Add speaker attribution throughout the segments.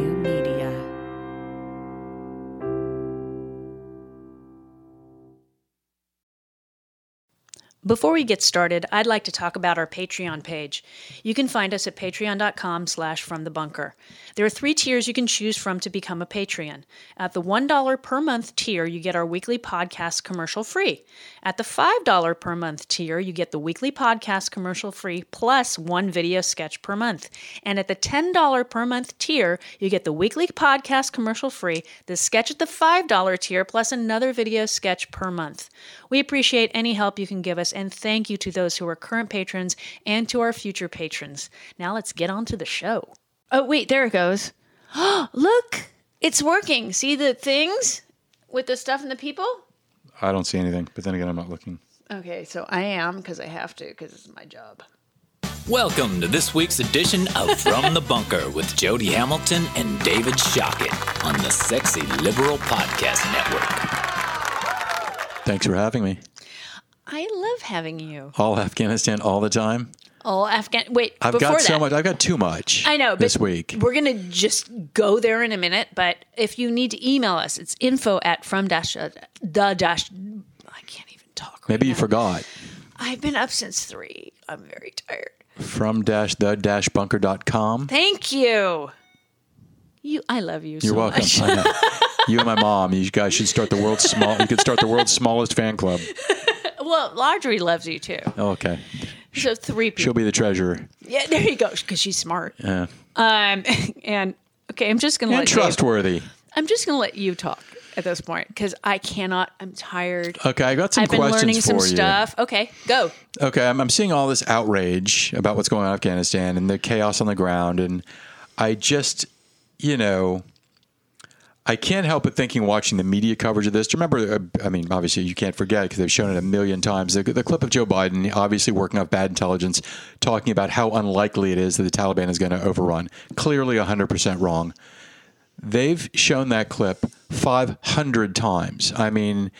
Speaker 1: W Media.
Speaker 2: Before we get started, I'd like to talk about our Patreon page. You can find us at patreon.com slash from the bunker. There are three tiers you can choose from to become a Patreon. At the $1 per month tier, you get our weekly podcast commercial free. At the $5 per month tier, you get the weekly podcast commercial free plus one video sketch per month. And at the $10 per month tier, you get the weekly podcast commercial free, the sketch at the $5 tier, plus another video sketch per month. We appreciate any help you can give us, and thank you to those who are current patrons and to our future patrons. Now let's get on to the show. Oh, wait, there it goes. Look, it's working. See the things with the stuff and the people?
Speaker 3: I don't see anything, but then again, I'm not looking.
Speaker 2: Okay, so I am because I have to because it's my job.
Speaker 4: Welcome to this week's edition of From the Bunker with Jody Hamilton and David Shockett on the Sexy Liberal Podcast Network.
Speaker 3: Thanks for having me.
Speaker 2: I love having you.
Speaker 3: All Afghanistan, all the time.
Speaker 2: All Afghan. Oh, Wait,
Speaker 3: I've
Speaker 2: before
Speaker 3: got
Speaker 2: that,
Speaker 3: so much. I've got too much.
Speaker 2: I know. But
Speaker 3: This week,
Speaker 2: We're going to just go there in a minute. But if you need to email us, it's info at from dash uh, the dash. I can't even talk. Right
Speaker 3: maybe you
Speaker 2: now.
Speaker 3: forgot.
Speaker 2: I've been up since three. I'm very tired.
Speaker 3: From dash the dash bunker dot com.
Speaker 2: Thank you. You, I love you.
Speaker 3: You're
Speaker 2: so
Speaker 3: welcome.
Speaker 2: Much.
Speaker 3: I know. You and my mom. You guys should start the world's small. You could start the world's smallest fan club.
Speaker 2: Well, Laundry loves you too.
Speaker 3: Oh, okay,
Speaker 2: So three people.
Speaker 3: she'll be the treasurer
Speaker 2: Yeah, there you go. Because she's smart.
Speaker 3: Yeah.
Speaker 2: Um, and okay, I'm just gonna
Speaker 3: and
Speaker 2: let You,
Speaker 3: trustworthy.
Speaker 2: I'm just gonna let you talk at this point because I cannot. I'm tired.
Speaker 3: Okay, I got some
Speaker 2: I've been
Speaker 3: questions
Speaker 2: learning some
Speaker 3: for you.
Speaker 2: stuff. Okay, go.
Speaker 3: okay, I'm, I'm seeing all this outrage about what's going on in Afghanistan and the chaos on the ground. And I just, you know, I can't help but thinking, watching the media coverage of this. Do you remember? uh, I mean, obviously, you can't forget because they've shown it a million times. The, the clip of Joe Biden, obviously working off bad intelligence, talking about how unlikely it is that the Taliban is going to overrun. Clearly, 100% wrong. They've shown that clip 500 times. I mean,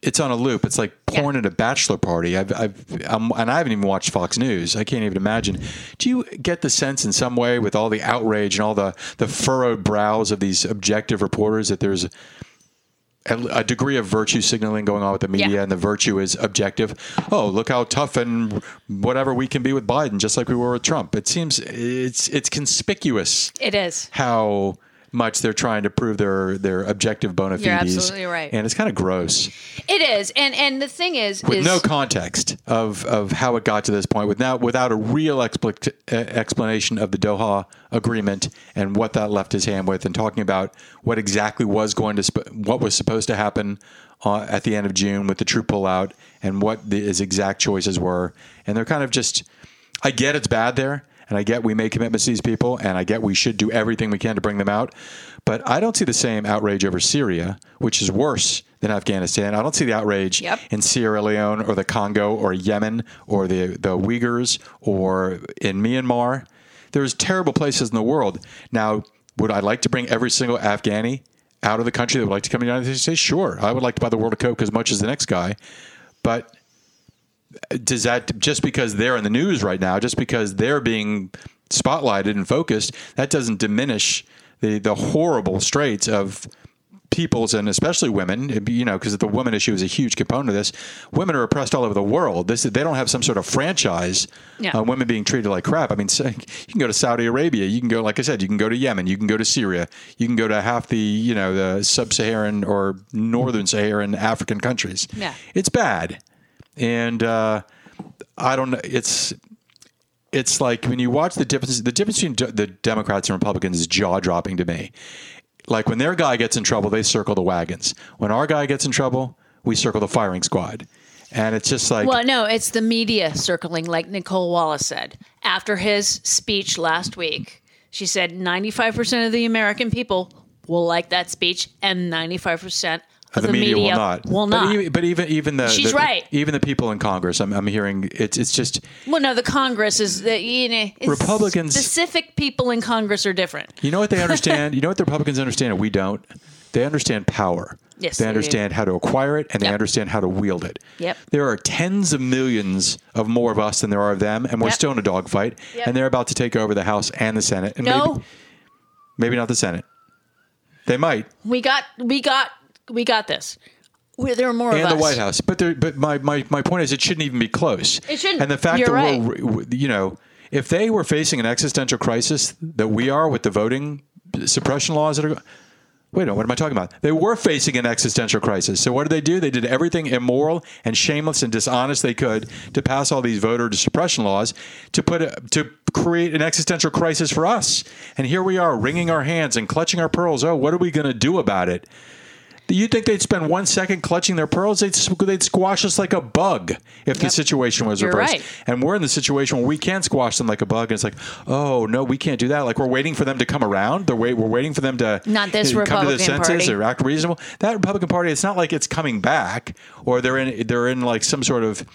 Speaker 3: it's on a loop. It's like porn at a bachelor party. I've, I've, I'm, and I haven't even watched Fox News. I can't even imagine. Do you get the sense in some way with all the outrage and all the, the furrowed brows of these objective reporters that there's a, a degree of virtue signaling going on with the media
Speaker 2: Yeah.
Speaker 3: and the virtue is objective. Oh, look how tough and whatever we can be with Biden, just like we were with Trump. It seems it's, it's conspicuous
Speaker 2: It is.
Speaker 3: how much they're trying to prove their their objective bona fides.
Speaker 2: You're absolutely right.
Speaker 3: And it's kind of gross
Speaker 2: It is. And and the thing is,
Speaker 3: with
Speaker 2: is
Speaker 3: no context of of how it got to this point, without without a real explic- uh, explanation of the Doha agreement and what that left his hand with, and talking about what exactly was going to sp- what was supposed to happen uh, at the end of June with the true pullout and what the, his exact choices were, and they're kind of just. I get it's bad there, and I get we made commitments to these people, and I get we should do everything we can to bring them out. But I don't see the same outrage over Syria, which is worse than Afghanistan. I don't see the outrage
Speaker 2: Yep.
Speaker 3: in Sierra Leone or the Congo or Yemen or the, the Uyghurs or in Myanmar. There's terrible places in the world. Now, would I like to bring every single Afghani out of the country that would like to come to the United States? Sure. I would like to buy the world a Coke as much as the next guy. But does that just because they're in the news right now, just because they're being spotlighted and focused, that doesn't diminish the the horrible straits of peoples and especially women you know because the women issue is a huge component of this women are oppressed all over the world this they don't have some sort of franchise
Speaker 2: Yeah.
Speaker 3: on women being treated like crap i mean so- you can go to saudi arabia you can go like i said you can go to yemen you can go to syria you can go to half the you know the sub-saharan or northern saharan african countries
Speaker 2: Yeah.
Speaker 3: it's bad and uh, I don't know. It's it's like when you watch the difference. The difference between de- the Democrats and Republicans is jaw dropping to me. Like when their guy gets in trouble, they circle the wagons. When our guy gets in trouble, we circle the firing squad. And it's just like
Speaker 2: Well, no, it's the media circling, like Nicole Wallace said after his speech last week. She said 95% of the American people will like that speech, and 95% of
Speaker 3: the, media, will not.
Speaker 2: Will
Speaker 3: But
Speaker 2: not.
Speaker 3: even, but even even the
Speaker 2: She's
Speaker 3: the-
Speaker 2: right.
Speaker 3: Even the people in Congress, I'm, I'm hearing it's it's just
Speaker 2: well, no, the Congress is the you know it's-
Speaker 3: Republicans-
Speaker 2: Specific people in Congress are different.
Speaker 3: You know what they understand? you know what the Republicans understand and we don't? They understand power.
Speaker 2: Yes, they
Speaker 3: They
Speaker 2: do.
Speaker 3: understand how to acquire it and they
Speaker 2: Yep.
Speaker 3: understand how to wield it.
Speaker 2: Yep.
Speaker 3: There are tens of millions of more of us than there are of them, and we're
Speaker 2: Yep.
Speaker 3: still in a dogfight.
Speaker 2: Yep.
Speaker 3: And they're about to take over the House and the Senate. And
Speaker 2: No,
Speaker 3: maybe Maybe not the Senate. They might.
Speaker 5: We got we got we got this. We're, there are more of
Speaker 3: and
Speaker 5: us.
Speaker 3: the White House. But there, but my, my, my point is, it shouldn't even be close.
Speaker 5: It shouldn't.
Speaker 3: And the fact
Speaker 5: You're
Speaker 3: that
Speaker 5: right.
Speaker 3: we're, w- you know, if they were facing an existential crisis that we are with the voting suppression laws that are. Wait a minute, what am I talking about? They were facing an existential crisis. So what did they do? They did everything immoral and shameless and dishonest they could to pass all these voter suppression laws to put a, to create an existential crisis for us. And here we are wringing our hands and clutching our pearls. Oh, what are we going to do about it? You'd think they'd spend one second clutching their pearls. They'd, s- they'd squash us like a bug if the situation was
Speaker 5: You're
Speaker 3: reversed.
Speaker 5: right.
Speaker 3: And we're in the situation where we can squash them like a bug. And it's like, oh, no, we can't do that. Like, we're waiting for them to come around. They're wait, we're waiting for them to
Speaker 5: Not this
Speaker 3: come to
Speaker 5: Republican
Speaker 3: their senses
Speaker 5: Party.
Speaker 3: or act reasonable. That Republican Party, it's not like it's coming back or they're in, they're in like some sort of,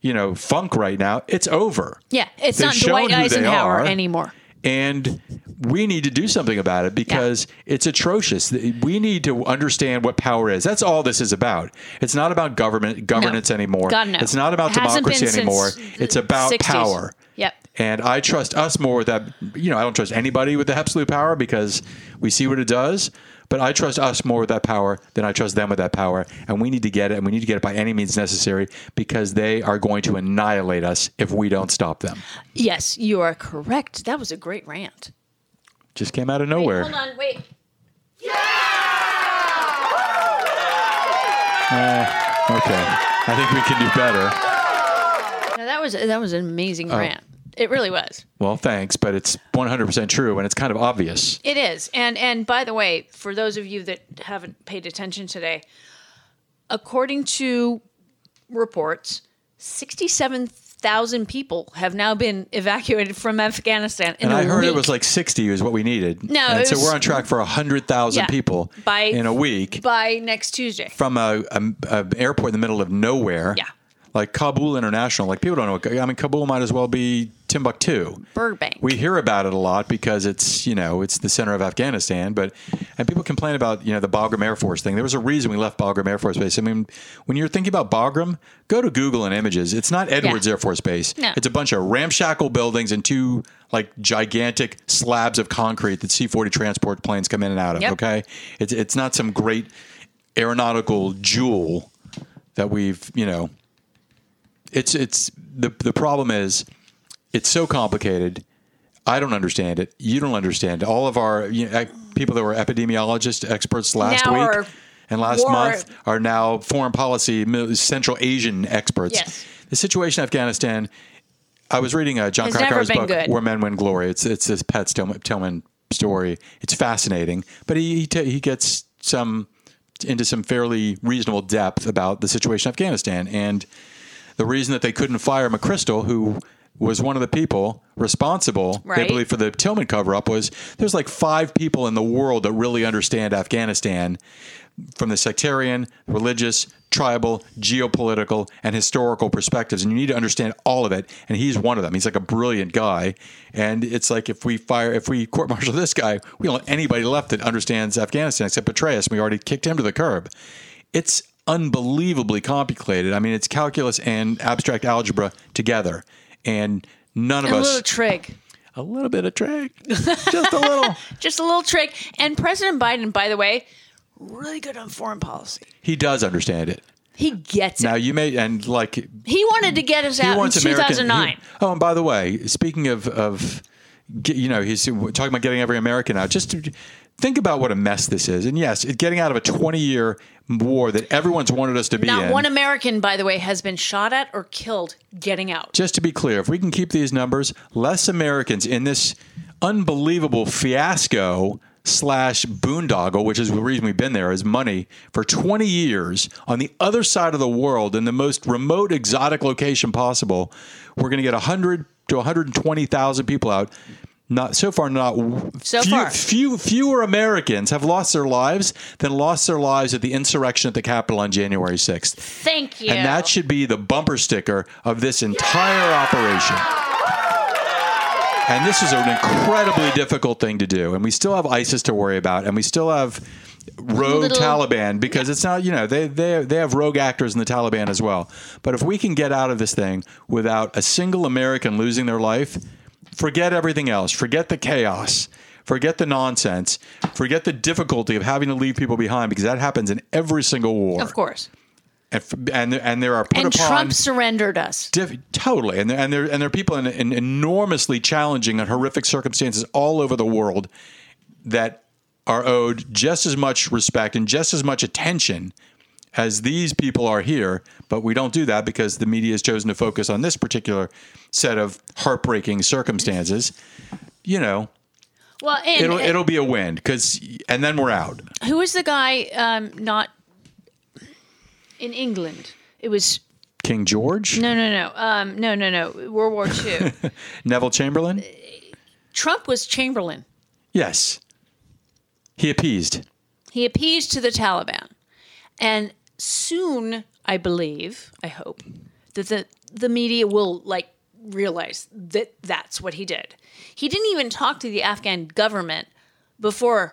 Speaker 3: you know, funk right now. It's over.
Speaker 5: Yeah, it's
Speaker 3: They've
Speaker 5: not
Speaker 3: shown
Speaker 5: Dwight
Speaker 3: who they
Speaker 5: Eisenhower
Speaker 3: are.
Speaker 5: anymore.
Speaker 3: And we need to do something about it because it's atrocious. We need to understand what power is. That's all this is about. It's not about government governance anymore.
Speaker 5: God, no.
Speaker 3: It's not about
Speaker 5: It hasn't
Speaker 3: democracy
Speaker 5: been since
Speaker 3: anymore.
Speaker 5: the
Speaker 3: It's about
Speaker 5: 60s.
Speaker 3: power.
Speaker 5: Yep.
Speaker 3: And I trust us more with that. You know, I don't trust anybody with the absolute power because we see what it does. But I trust us more with that power than I trust them with that power. And we need to get it, and we need to get it by any means necessary because they are going to annihilate us if we don't stop them.
Speaker 5: Yes, you are correct. That was a great rant.
Speaker 3: Just came out of nowhere.
Speaker 5: Hold on, wait.
Speaker 3: Okay. I think we can do better.
Speaker 5: No, that was that was an amazing
Speaker 3: Oh.
Speaker 5: rant. It really was.
Speaker 3: Well, thanks, but it's 100% true and it's kind of obvious.
Speaker 5: It is. And and by the way, for those of you that haven't paid attention today, according to reports, 67,000 people have now been evacuated from Afghanistan in
Speaker 3: And
Speaker 5: a
Speaker 3: I heard
Speaker 5: week.
Speaker 3: it was like 60 is what we needed.
Speaker 5: No,
Speaker 3: and
Speaker 5: it
Speaker 3: so
Speaker 5: was-
Speaker 3: we're on track for 100,000
Speaker 5: Yeah.
Speaker 3: people
Speaker 5: By-
Speaker 3: in a week
Speaker 5: by next Tuesday.
Speaker 3: from a, a, a airport in the middle of nowhere.
Speaker 5: Yeah.
Speaker 3: Like Kabul International. Like people don't know. what- I mean, Kabul might as well be Timbuktu.
Speaker 5: Burbank.
Speaker 3: We hear about it a lot because it's you know it's the center of Afghanistan, but and people complain about you know the Bagram Air Force thing. There was a reason we left Bagram Air Force Base. I mean, when you're thinking about Bagram, go to Google and images. It's not Edwards
Speaker 5: Yeah.
Speaker 3: Air Force Base.
Speaker 5: No.
Speaker 3: It's a bunch of ramshackle buildings and two like gigantic slabs of concrete that C-40 transport planes come in and out of.
Speaker 5: Yep.
Speaker 3: Okay, it's it's not some great aeronautical jewel that we've you know it's it's the the problem is it's so complicated. I don't understand it. You don't understand. it. All of our you know, ec- people that were epidemiologist experts last
Speaker 5: Now are
Speaker 3: week and last
Speaker 5: war-
Speaker 3: month are now foreign policy Middle- Central Asian experts.
Speaker 5: Yes.
Speaker 3: The situation in Afghanistan. I was reading uh, John
Speaker 5: Has never
Speaker 3: Krakauer's
Speaker 5: been
Speaker 3: book,
Speaker 5: good.
Speaker 3: Where Men Win Glory. It's it's this Pat Stillman, Tillman story. It's fascinating, but he he, ta he gets some into some fairly reasonable depth about the situation in Afghanistan and the reason that they couldn't fire McChrystal, who was one of the people responsible, they
Speaker 5: Right.
Speaker 3: believe, for the Tillman cover up, was there's like five people in the world that really understand Afghanistan from the sectarian, religious, tribal, geopolitical, and historical perspectives. And you need to understand all of it. And he's one of them. He's like a brilliant guy. And it's like if we fire, if we court martial this guy, we don't have anybody left that understands Afghanistan except Petraeus. We already kicked him to the curb. It's unbelievably complicated. I mean, it's calculus and abstract algebra together. And none of
Speaker 5: a
Speaker 3: us,
Speaker 5: little trig.
Speaker 3: a little bit of trick, just a little.
Speaker 5: Just a little trick. And President Biden, by the way, really good on foreign policy.
Speaker 3: He does understand it.
Speaker 5: He gets it.
Speaker 3: Now you may, and like
Speaker 5: He wanted to get us out in
Speaker 3: wants American-
Speaker 5: 2009.
Speaker 3: he- oh, and by the way, speaking of of ge- you know, he's talking about getting every American out. Just think about what a mess this is. And yes, it, getting out of a twenty year war that everyone's wanted us to be
Speaker 5: Not
Speaker 3: in.
Speaker 5: one American, by the way, has been shot at or killed getting out.
Speaker 3: just to be clear, if we can keep these numbers, less Americans in this unbelievable fiasco slash boondoggle, which is the reason we've been there, is money for 20 years on the other side of the world in the most remote exotic location possible. We're going to get 100 to 120,000 people out. Not so far. Not
Speaker 5: So
Speaker 3: few,
Speaker 5: far.
Speaker 3: few fewer Americans have lost their lives than lost their lives at the insurrection at the Capitol on January sixth.
Speaker 5: Thank you.
Speaker 3: And that should be the bumper sticker of this entire operation. And this is an incredibly difficult thing to do. And we still have ISIS to worry about. And we still have rogue
Speaker 5: Little-
Speaker 3: Taliban because it's not, you know, they, they, they have rogue actors in the Taliban as well. But if we can get out of this thing without a single American losing their life, forget everything else, forget the chaos. Forget the nonsense. Forget the difficulty of having to leave people behind because that happens in every single war.
Speaker 2: Of course.
Speaker 3: And, f- and, there- and there are put
Speaker 2: and
Speaker 3: upon
Speaker 2: Trump surrendered us.
Speaker 3: Diff- totally, and there, and there and there are people in, in enormously challenging and horrific circumstances all over the world that are owed just as much respect and just as much attention as these people are here. But we don't do that because the media has chosen to focus on this particular set of heartbreaking circumstances. You know,
Speaker 2: Well, and
Speaker 3: it'll it'll be a win because, and then we're out.
Speaker 2: who was the guy um, not in England? It was
Speaker 3: King George,
Speaker 2: no, no, no, um, no, no, no. World War II.
Speaker 3: Neville Chamberlain,
Speaker 2: Trump was Chamberlain.
Speaker 3: yes, he appeased.
Speaker 2: He appeased to the Taliban, and soon, I believe, I hope that the the media will like realize that that's what he did. He didn't even talk to the Afghan government before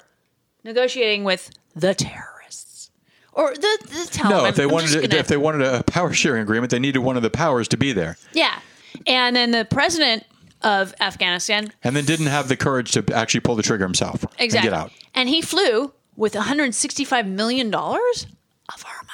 Speaker 2: negotiating with the terrorists or the the Taliban.
Speaker 3: No, if they
Speaker 2: Oh, I'm
Speaker 3: wanted
Speaker 2: just
Speaker 3: to,
Speaker 2: gonna-
Speaker 3: if they wanted a power sharing agreement, they needed one of the powers to be there,
Speaker 2: Yeah. And then the president of Afghanistan,
Speaker 3: and then didn't have the courage to actually pull the trigger himself
Speaker 2: exactly.
Speaker 3: and get out.
Speaker 2: And he flew with $165 million of our money.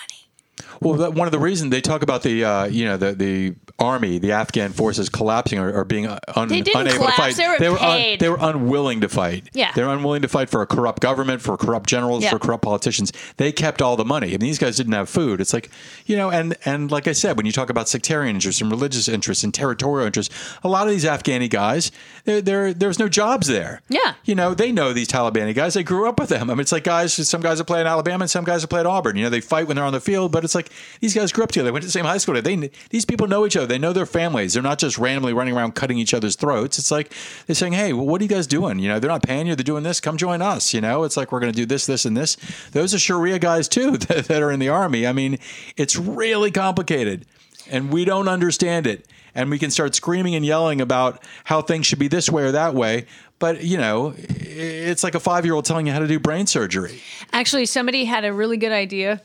Speaker 3: Well, that, one of the reasons they talk about the uh, you know the the army, the Afghan forces collapsing or, or being un,
Speaker 2: They didn't
Speaker 3: unable
Speaker 2: collapse,
Speaker 3: to fight.
Speaker 2: they were
Speaker 3: un-
Speaker 2: paid.
Speaker 3: they were unwilling to fight.
Speaker 2: Yeah.
Speaker 3: they were unwilling to fight for a corrupt government, for corrupt generals,
Speaker 2: Yeah.
Speaker 3: for corrupt politicians. They kept all the money, and these guys didn't have food. It's like you know, and and like I said, when you talk about sectarian interests and religious interests and territorial interests, a lot of these Afghani guys, there there there's no jobs there.
Speaker 2: Yeah.
Speaker 3: you know, they know these Taliban guys. They grew up with them. I mean, it's like guys, some guys that play in Alabama and some guys that play at Auburn. You know, they fight when they're on the field, but it's like these guys grew up together. They went to the same high school. They These people know each other. They know their families. They're not just randomly running around cutting each other's throats. It's like they're saying, hey, well, what are you guys doing? You know, they're not paying you. They're doing this. Come join us. You know, it's like we're going to do this, this, and this. Those are Sharia guys, too, that, that are in the army. I mean, it's really complicated and we don't understand it. And we can start screaming and yelling about how things should be this way or that way. But, you know, i- it's like a five year old telling you how to do brain surgery.
Speaker 2: Actually, somebody had a really good idea.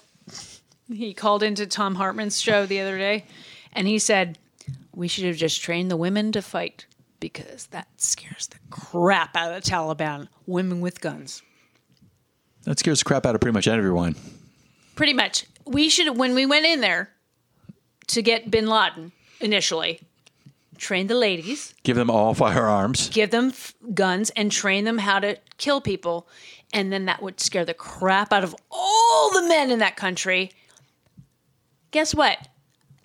Speaker 2: He called into Tom Hartman's show the other day and he said, We should have just trained the women to fight because that scares the crap out of the Taliban. Women with guns.
Speaker 3: That scares the crap out of pretty much everyone.
Speaker 2: Pretty much. We should, when we went in there to get bin Laden initially, train the ladies
Speaker 3: Give them all firearms.
Speaker 2: give them f- guns and train them how to kill people and then that would scare the crap out of all the men in that country guess what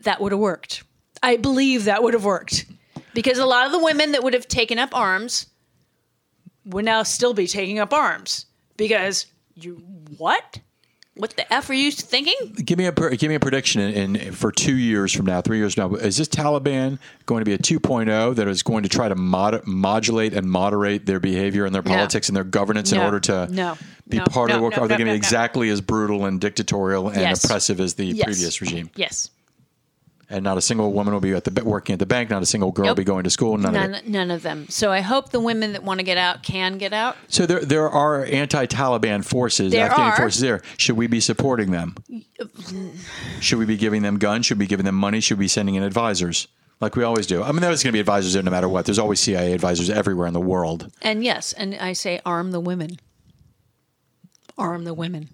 Speaker 2: that would have worked i believe that would have worked because a lot of the women that would have taken up arms would now still be taking up arms because you what what the f are you thinking
Speaker 3: Give me a per- give me a prediction in, in for two years from now, three years from now. Is this Taliban going to be a 2.0 that is going to try to mod- modulate and moderate their behavior and their politics and their governance in
Speaker 2: No.
Speaker 3: order to
Speaker 2: No.
Speaker 3: be
Speaker 2: No.
Speaker 3: part of
Speaker 2: No,
Speaker 3: the work?
Speaker 2: no,
Speaker 3: Are they
Speaker 2: no,
Speaker 3: going to
Speaker 2: no,
Speaker 3: be
Speaker 2: no.
Speaker 3: exactly as brutal and dictatorial and
Speaker 2: Yes.
Speaker 3: oppressive as the
Speaker 2: Yes.
Speaker 3: previous regime?
Speaker 2: yes
Speaker 3: and not a single woman will be at the ba- working at the bank. Not a single girl will
Speaker 2: Nope.
Speaker 3: be going to school. None, of
Speaker 2: none,
Speaker 3: it.
Speaker 2: none of them so i hope the women that want to get out can get out
Speaker 3: So there, there are anti-Taliban forces,
Speaker 2: There
Speaker 3: Afghan
Speaker 2: are.
Speaker 3: forces. There, should we be supporting them? should we be giving them guns? Should we be giving them money? Should we be sending in advisors? Like we always do. I mean, there's going to be advisors there no matter what. There's always CIA advisors everywhere in the world.
Speaker 2: And yes, and I say arm the women. Arm the women.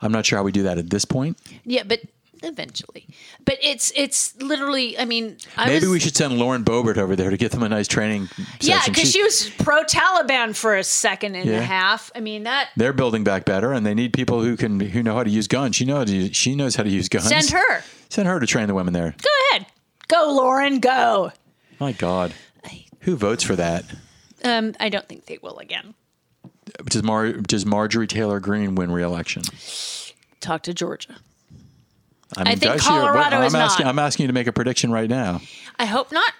Speaker 3: I'm not sure how we do that at this point.
Speaker 2: Yeah, but eventually. But it's it's literally. I mean, I
Speaker 3: Maybe
Speaker 2: was,
Speaker 3: we should send Lauren Boebert over there to get them a nice training session.
Speaker 2: Yeah, because
Speaker 3: She's-
Speaker 2: she was pro Taliban for a second and
Speaker 3: Yeah.
Speaker 2: a half. I mean that.
Speaker 3: they're building back better, and they need people who can who know how to use guns. She knows she knows how to use guns.
Speaker 2: Send her.
Speaker 3: Send her to train the women there.
Speaker 2: Go ahead. Go, Lauren. Go.
Speaker 3: My God. Who votes for that?
Speaker 2: Um, I don't think they will again.
Speaker 3: Does, Mar- does Marjorie Taylor Greene win re-election?
Speaker 2: Talk to Georgia.
Speaker 3: mean,
Speaker 2: think
Speaker 3: does she or what-
Speaker 2: Colorado
Speaker 3: I'm
Speaker 2: is
Speaker 3: asking,
Speaker 2: not.
Speaker 3: I'm asking you to make a prediction right now.
Speaker 2: I hope not,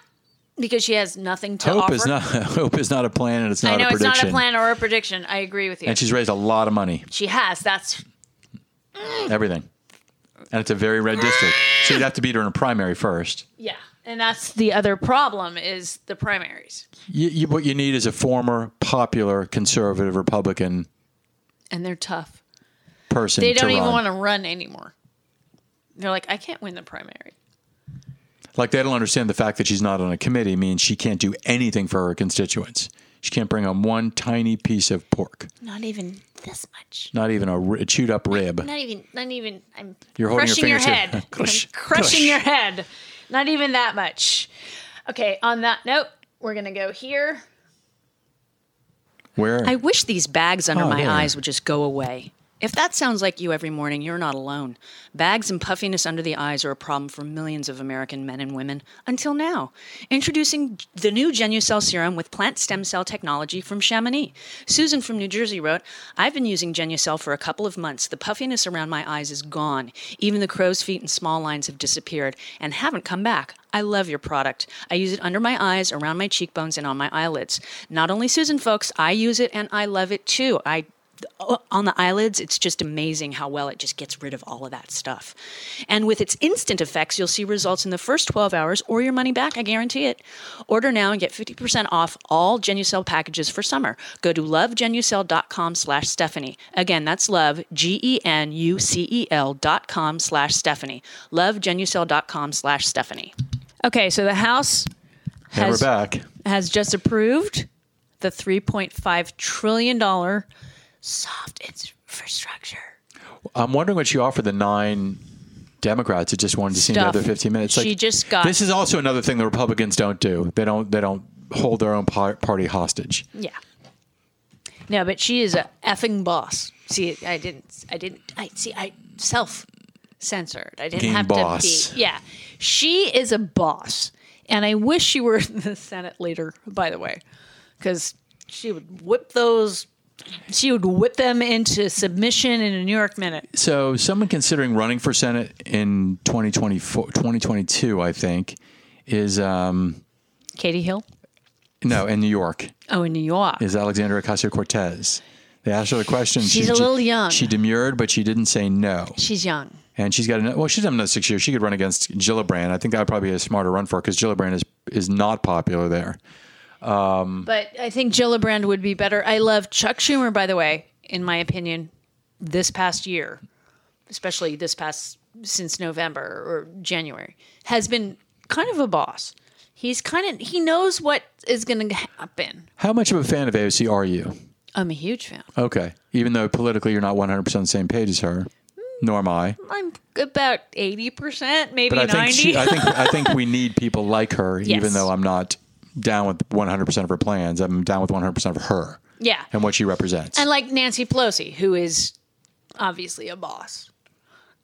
Speaker 2: because she has nothing to
Speaker 3: Hope
Speaker 2: offer.
Speaker 3: is not hope is not a plan, and it's not
Speaker 2: I know
Speaker 3: a
Speaker 2: it's
Speaker 3: prediction.
Speaker 2: not a plan or a prediction. I agree with you.
Speaker 3: And she's raised a lot of money,
Speaker 2: she has. That's
Speaker 3: everything, and it's a very red district. So you'd have to beat her in a primary first.
Speaker 2: yeah, and that's the other problem is the primaries.
Speaker 3: You, you, what you need is a former popular conservative Republican
Speaker 2: and they're tough.
Speaker 3: person.
Speaker 2: They don't
Speaker 3: to
Speaker 2: even
Speaker 3: run.
Speaker 2: want to run anymore. They're like, I can't win the primary.
Speaker 3: Like they don't understand the fact that she's not on a committee means she can't do anything for her constituents. She can't bring home one tiny piece of pork,
Speaker 6: Not even this much.
Speaker 3: not even a, ri- chewed up rib.
Speaker 6: Not even. Not even. I'm
Speaker 3: You're holding your
Speaker 2: crushing your,
Speaker 3: fingers here.
Speaker 2: head.
Speaker 3: Crush,
Speaker 2: crushing
Speaker 3: crush.
Speaker 2: your head. Not even that much. Okay, on that note, we're going to go here.
Speaker 3: Where?
Speaker 2: I wish these bags under
Speaker 3: Oh,
Speaker 2: my
Speaker 3: there.
Speaker 2: eyes would just go away. If that sounds like you every morning, you're not alone. Bags and puffiness under the eyes are a problem for millions of American men and women until now. Introducing the new Genucell serum with plant stem cell technology from Chamonix. Susan from New Jersey wrote, I've been using Genucell for a couple of months. The puffiness around my eyes is gone. Even the crow's feet and small lines have disappeared and haven't come back. I love your product. I use it under my eyes, around my cheekbones, and on my eyelids. Not only Susan, folks, I use it and I love it too. I on the eyelids, it's just amazing how well it just gets rid of all of that stuff. And with its instant effects, you'll see results in the first 12 hours or your money back, I guarantee it. Order now and get 50% off all Genucel packages for summer. Go to lovegenucel.com slash Stephanie. Again, that's love, E G-E-N-U-C-E-L E dot com slash Stephanie. Lovegenucel.com slash Stephanie. Okay, so the House
Speaker 3: and we're
Speaker 2: has-
Speaker 3: back.
Speaker 2: has just approved the $3.5 trillion soft infrastructure.
Speaker 3: I'm wondering what she offered the nine Democrats that just wanted to see
Speaker 2: Stuff.
Speaker 3: another 15 minutes.
Speaker 2: She just got-
Speaker 3: This is also another thing the Republicans don't do. They don't. They don't hold their own par- party hostage.
Speaker 2: Yeah. No, but she is a effing boss. See, I didn't, I didn't, I see, I self censored. I didn't
Speaker 3: Game
Speaker 2: have
Speaker 3: boss.
Speaker 2: to be. Yeah. She is a boss. And I wish she were the Senate leader, by the way, because she would whip those, she would whip them into submission in a New York minute.
Speaker 3: So someone considering running for Senate in 2024, 2022, I think, is um,
Speaker 2: Katie Hill?
Speaker 3: no in New York
Speaker 2: Oh, in New York.
Speaker 3: is Alexandria Ocasio Cortez. They asked her the question.
Speaker 2: She's
Speaker 3: she,
Speaker 2: a little young.
Speaker 3: She demurred, but she didn't say no.
Speaker 2: She's young.
Speaker 3: And she's got another, well, she's done another six years. She could run against Gillibrand. I think that would probably be a smarter run for her because Gillibrand is is not popular there.
Speaker 2: But I think Gillibrand would be better. I love Chuck Schumer, by the way, in my opinion, this past year, especially this past since November or January, has been kind of a boss. He's kind of, he knows what is going to happen.
Speaker 3: How much of a fan of AOC are you?
Speaker 2: I'm a huge fan.
Speaker 3: Okay. Even though politically you're not 100% on the same page as her, nor am I.
Speaker 2: I'm about 80%, maybe
Speaker 3: But I
Speaker 2: 90.
Speaker 3: think, she, I, think, I think we need people like her, even
Speaker 2: Yes.
Speaker 3: though I'm not down with 100% of her plans. I'm down with 100% of her
Speaker 2: yeah.
Speaker 3: and what she represents.
Speaker 2: And like Nancy Pelosi, who is obviously a boss.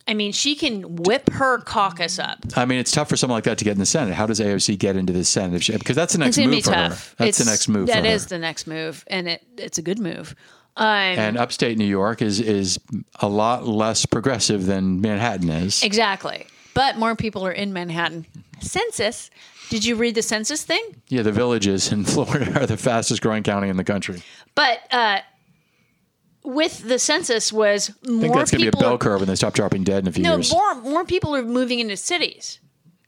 Speaker 2: I mean, she can whip her caucus up.
Speaker 3: I mean, it's tough for someone like that to get in the Senate. How does AOC get into the Senate? If she, because that's the next
Speaker 2: It's gonna be
Speaker 3: move for
Speaker 2: tough.
Speaker 3: her. That's the
Speaker 2: It's-
Speaker 3: next move
Speaker 2: That
Speaker 3: for her.
Speaker 2: is the next move, and it it's a good move. Um,
Speaker 3: and upstate New York is is a lot less progressive than Manhattan is.
Speaker 2: exactly. But more people are in Manhattan. Census. Did you read the census thing?
Speaker 3: Yeah, the villages in Florida are the fastest growing county in the country.
Speaker 2: But uh, with the census was
Speaker 3: I think
Speaker 2: more
Speaker 3: that's going to be
Speaker 2: people.
Speaker 3: a bell
Speaker 2: Are,
Speaker 3: curve when they stop dropping dead in a few
Speaker 2: no,
Speaker 3: years.
Speaker 2: more more people are moving into cities,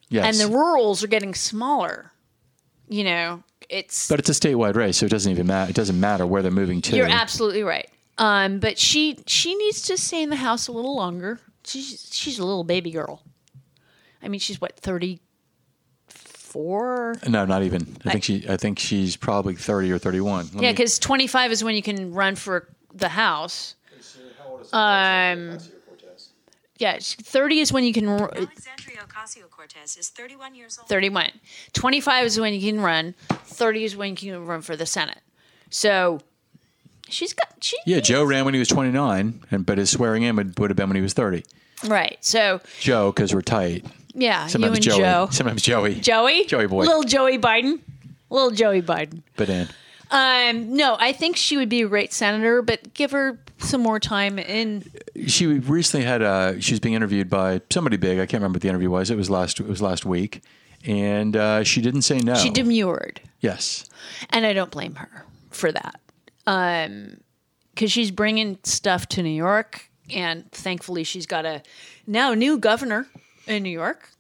Speaker 3: yes.
Speaker 2: and the rurals are getting smaller. You know, it's
Speaker 3: but it's a statewide race, so it doesn't even matter. It doesn't matter where they're moving to.
Speaker 2: You're absolutely right. Um, but she she needs to stay in the house a little longer. She's she's a little baby girl. I mean, she's what thirty four.
Speaker 3: no, not even. I think she. I think she's probably thirty or thirty-one. Let
Speaker 2: Yeah,
Speaker 3: me-
Speaker 2: because twenty five is when you can run for the house. Um, yeah, she- thirty is when you can r-
Speaker 7: Alexandria Ocasio Cortez is 31 years old.
Speaker 2: 31. 25 is when you can run. 30 is when you can run for the Senate. So she's got she
Speaker 3: yeah, Joe ran when he was twenty-nine, and but his swearing in would, would have been when he was thirty.
Speaker 2: right. So
Speaker 3: Joe, because we're tight.
Speaker 2: yeah,
Speaker 3: Sometimes
Speaker 2: Uh, you and
Speaker 3: Joey.
Speaker 2: Joe.
Speaker 3: Sometimes Joey.
Speaker 2: Joey?
Speaker 3: Joey boy.
Speaker 2: Little Joey Biden. Little Joey Biden.
Speaker 3: But in.
Speaker 2: Um, no, I think she would be a great senator, but give her some more time in.
Speaker 3: she recently had a she was being interviewed by somebody big. I can't remember what the interview was. It was last it was last week, and uh, she didn't say no.
Speaker 2: She demurred,
Speaker 3: Yes,
Speaker 2: and I don't blame her for that. Um, because she's bringing stuff to New York, and thankfully she's got a now new governor in New York.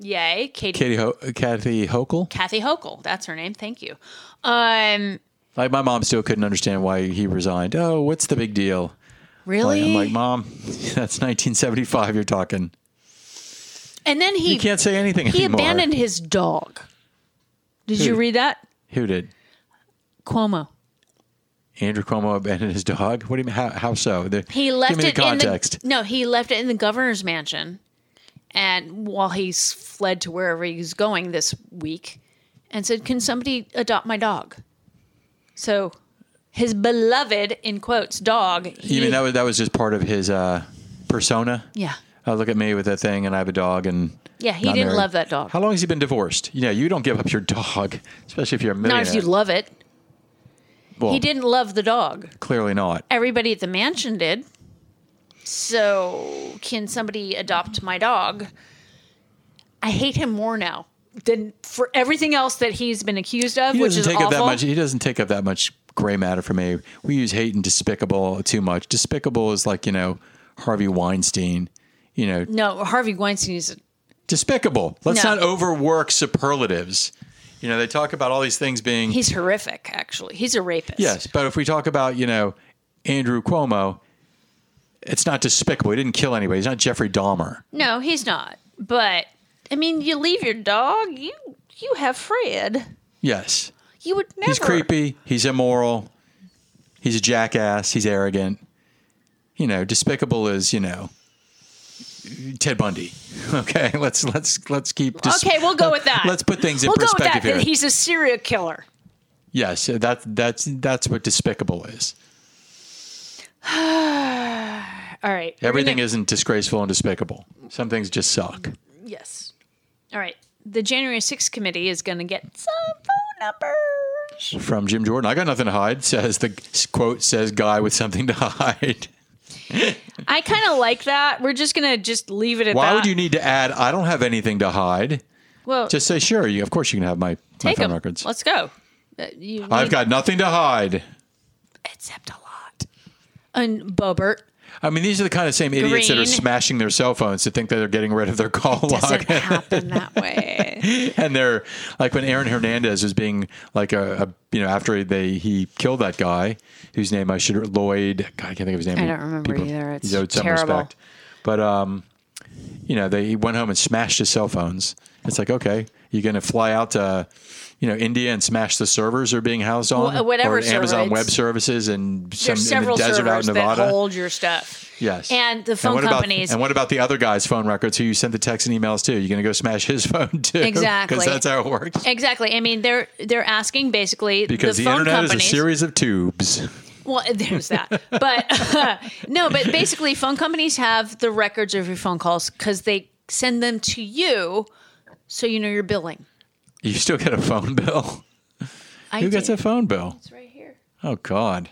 Speaker 2: Yay, Katie,
Speaker 3: Katie Ho- Kathy Hochul.
Speaker 2: Kathy Hochul, that's her name. Thank you. Um,
Speaker 3: Like my mom still couldn't understand why he resigned. Oh, what's the big deal? Like,
Speaker 2: really?
Speaker 3: I'm like, mom, that's 1975. You're talking.
Speaker 2: and then he
Speaker 3: You can't say anything
Speaker 2: he
Speaker 3: anymore.
Speaker 2: abandoned his dog. Did you
Speaker 3: Who?
Speaker 2: read that?
Speaker 3: Who did?
Speaker 2: Cuomo.
Speaker 3: Andrew Cuomo abandoned his dog. What do you mean? How, how so? The-
Speaker 2: He left
Speaker 3: give me
Speaker 2: it
Speaker 3: the context.
Speaker 2: in the no. He left it in the governor's mansion, and while he's fled to wherever he's going this week, and said, "Can somebody adopt my dog?" So, his beloved in quotes dog. He,
Speaker 3: you mean that was that was just part of his uh, persona?
Speaker 2: yeah,
Speaker 3: Oh, look at me with that thing, and I have a dog, and
Speaker 2: yeah. He
Speaker 3: not
Speaker 2: didn't
Speaker 3: married.
Speaker 2: love that dog.
Speaker 3: How long has he been divorced? You know, you don't give up your dog, especially if you're a millionaire.
Speaker 2: Not if you love it.
Speaker 3: Well,
Speaker 2: He didn't love the dog.
Speaker 3: Clearly not.
Speaker 2: Everybody at the mansion did. So, can somebody adopt my dog? I hate him more now than for everything else that he's been accused of,
Speaker 3: He
Speaker 2: which
Speaker 3: doesn't
Speaker 2: is
Speaker 3: take
Speaker 2: awful.
Speaker 3: up that much. He doesn't take up that much gray matter for me. We use hate and despicable too much. Despicable is like you know Harvey Weinstein. You know,
Speaker 2: No, Harvey Weinstein is.
Speaker 3: despicable. Let's
Speaker 2: No.
Speaker 3: not overwork superlatives. You know, they talk about all these things being
Speaker 2: He's horrific. Actually, he's a rapist.
Speaker 3: yes, but if we talk about you know Andrew Cuomo, it's not despicable. He didn't kill anybody. He's not Jeffrey Dahmer.
Speaker 2: No, he's not. But I mean, you leave your dog. You you have Fred.
Speaker 3: Yes,
Speaker 2: You would never.
Speaker 3: he's creepy. He's immoral. He's a jackass. He's arrogant. You know, despicable is you know Ted Bundy. Okay, let's let's let's keep. dis-
Speaker 2: Okay, we'll go with that.
Speaker 3: Let's put things in
Speaker 2: we'll go with
Speaker 3: perspective
Speaker 2: that. that
Speaker 3: here.
Speaker 2: He's a serial killer.
Speaker 3: yes, that that's that's what despicable is.
Speaker 2: All right. we're
Speaker 3: Everything
Speaker 2: gonna-
Speaker 3: isn't disgraceful and despicable. Some things just suck.
Speaker 2: Yes. All right. The January 6th committee is going to get some phone numbers.
Speaker 3: From Jim Jordan, I got nothing to hide. Says the quote says guy with something to hide.
Speaker 2: I kind of like that. We're just going to just leave it at that.
Speaker 3: Why would you need to add? I don't have anything to hide.
Speaker 2: Well,
Speaker 3: Just say sure. You of course you can have my, my
Speaker 2: take
Speaker 3: phone
Speaker 2: them.
Speaker 3: records.
Speaker 2: Let's go. Uh, You
Speaker 3: I've
Speaker 2: need-
Speaker 3: got nothing to hide.
Speaker 2: except a lot. And Bobert.
Speaker 3: I mean, these are the kind of same idiots that are
Speaker 2: Green.
Speaker 3: smashing their cell phones to think that they're getting rid of their call log.
Speaker 2: Doesn't happen that way.
Speaker 3: and they're like when Aaron Hernandez was being like a, a you know after they he killed that guy whose name I should Lloyd God I can't think of his name.
Speaker 2: I don't remember either. It's
Speaker 3: he's owed some
Speaker 2: terrible.
Speaker 3: respect. But um, you know they he went home and smashed his cell phones. It's like okay, you're going to fly out to you know India and smash the servers they're being housed on,
Speaker 2: Wh- uh, whatever
Speaker 3: or
Speaker 2: server,
Speaker 3: Amazon
Speaker 2: it's-
Speaker 3: Web Services and some
Speaker 2: There's
Speaker 3: in the
Speaker 2: several
Speaker 3: desert out
Speaker 2: servers
Speaker 3: in Nevada.
Speaker 2: that hold your stuff.
Speaker 3: Yes.
Speaker 2: And the phone
Speaker 3: what about-
Speaker 2: companies.
Speaker 3: and what about the other guy's phone records who you sent the texts and emails to? You're going to go smash his phone too?
Speaker 2: Exactly.
Speaker 3: Because that's how it works.
Speaker 2: Exactly. I mean, they're they're asking basically
Speaker 3: Because the,
Speaker 2: phone
Speaker 3: internet
Speaker 2: companies.
Speaker 3: is a series of tubes.
Speaker 2: Well, there's that. But no, but basically, phone companies have the records of your phone calls because they send them to you so you know your billing.
Speaker 3: You still get a phone bill.
Speaker 2: I
Speaker 3: Who gets
Speaker 2: do.
Speaker 3: a phone bill?
Speaker 2: It's right here.
Speaker 3: Oh God,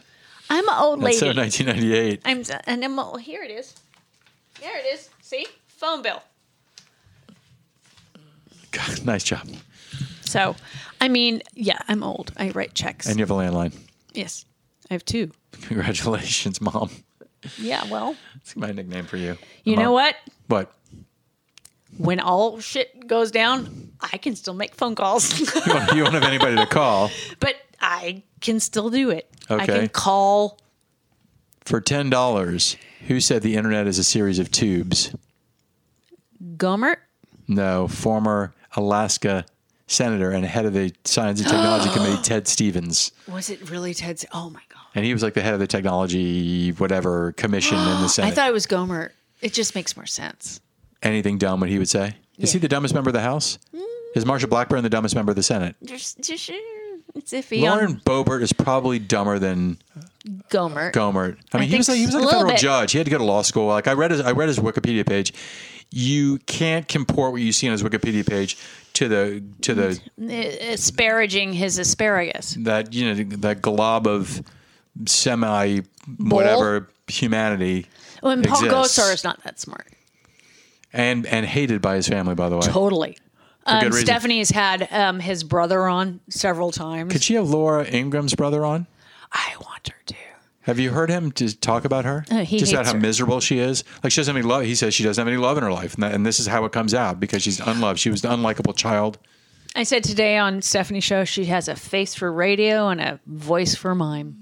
Speaker 2: I'm an old
Speaker 3: that's
Speaker 2: lady.
Speaker 3: so 1998.
Speaker 2: I'm and I'm old. Here it is. There it is. See? Phone bill.
Speaker 3: God, nice job.
Speaker 2: So, I mean, yeah, I'm old. I write checks.
Speaker 3: And you have a landline.
Speaker 2: yes. I have two.
Speaker 3: Congratulations, mom.
Speaker 2: Yeah, well,
Speaker 3: That's my nickname for you.
Speaker 2: you know
Speaker 3: Mom.
Speaker 2: what?
Speaker 3: What?
Speaker 2: When all shit goes down, I can still make phone calls.
Speaker 3: You won't, you won't have anybody to call
Speaker 2: but I can still do it. I
Speaker 3: Okay.
Speaker 2: can call.
Speaker 3: for ten dollars. Who said the internet is a series of tubes?
Speaker 2: Gomert.
Speaker 3: No, former Alaska senator and head of the Science and Technology Committee, Ted Stevens.
Speaker 2: Was it really Ted's? Oh my god!
Speaker 3: And he was like the head of the technology, whatever commission in the
Speaker 2: I
Speaker 3: Senate.
Speaker 2: thought it was Gomert. It just makes more sense.
Speaker 3: Anything dumb, what he would say? Is he the dumbest member of the House?
Speaker 2: Mm.
Speaker 3: Is Marsha Blackburn the dumbest member of the Senate?
Speaker 2: There's just uh, it's iffy
Speaker 3: Lauren
Speaker 2: on
Speaker 3: Boebert is probably dumber than
Speaker 2: Gomert.
Speaker 3: Gomert. I mean, he
Speaker 2: think
Speaker 3: was like, he was like
Speaker 2: a
Speaker 3: a
Speaker 2: little
Speaker 3: federal
Speaker 2: bit.
Speaker 3: judge. He had to go to law school. Like I read his I read his Wikipedia page. You can't comport what you see on his Wikipedia page to the to the
Speaker 2: eh, Asparaging his asparagus.
Speaker 3: that you know that glob of semi whatever humanity
Speaker 2: Oh, and Paul
Speaker 3: Exists.
Speaker 2: Gosar is not that smart.
Speaker 3: and and hated by his family by the way
Speaker 2: Totally.
Speaker 3: for
Speaker 2: Um,
Speaker 3: good reason.
Speaker 2: Stephanie's had um, his brother on several times.
Speaker 3: Did she have Laura Ingram's brother on?
Speaker 2: I want her to.
Speaker 3: Have you heard him to talk about her?
Speaker 2: Oh, he
Speaker 3: Just about
Speaker 2: hates
Speaker 3: how
Speaker 2: her.
Speaker 3: miserable she is. Like she doesn't have any love. He says she doesn't have any love in her life, and, that, and this is how it comes out because she's unloved. She was an unlikable child.
Speaker 2: I said today on Stephanie's show she has a face for radio and a voice for mime.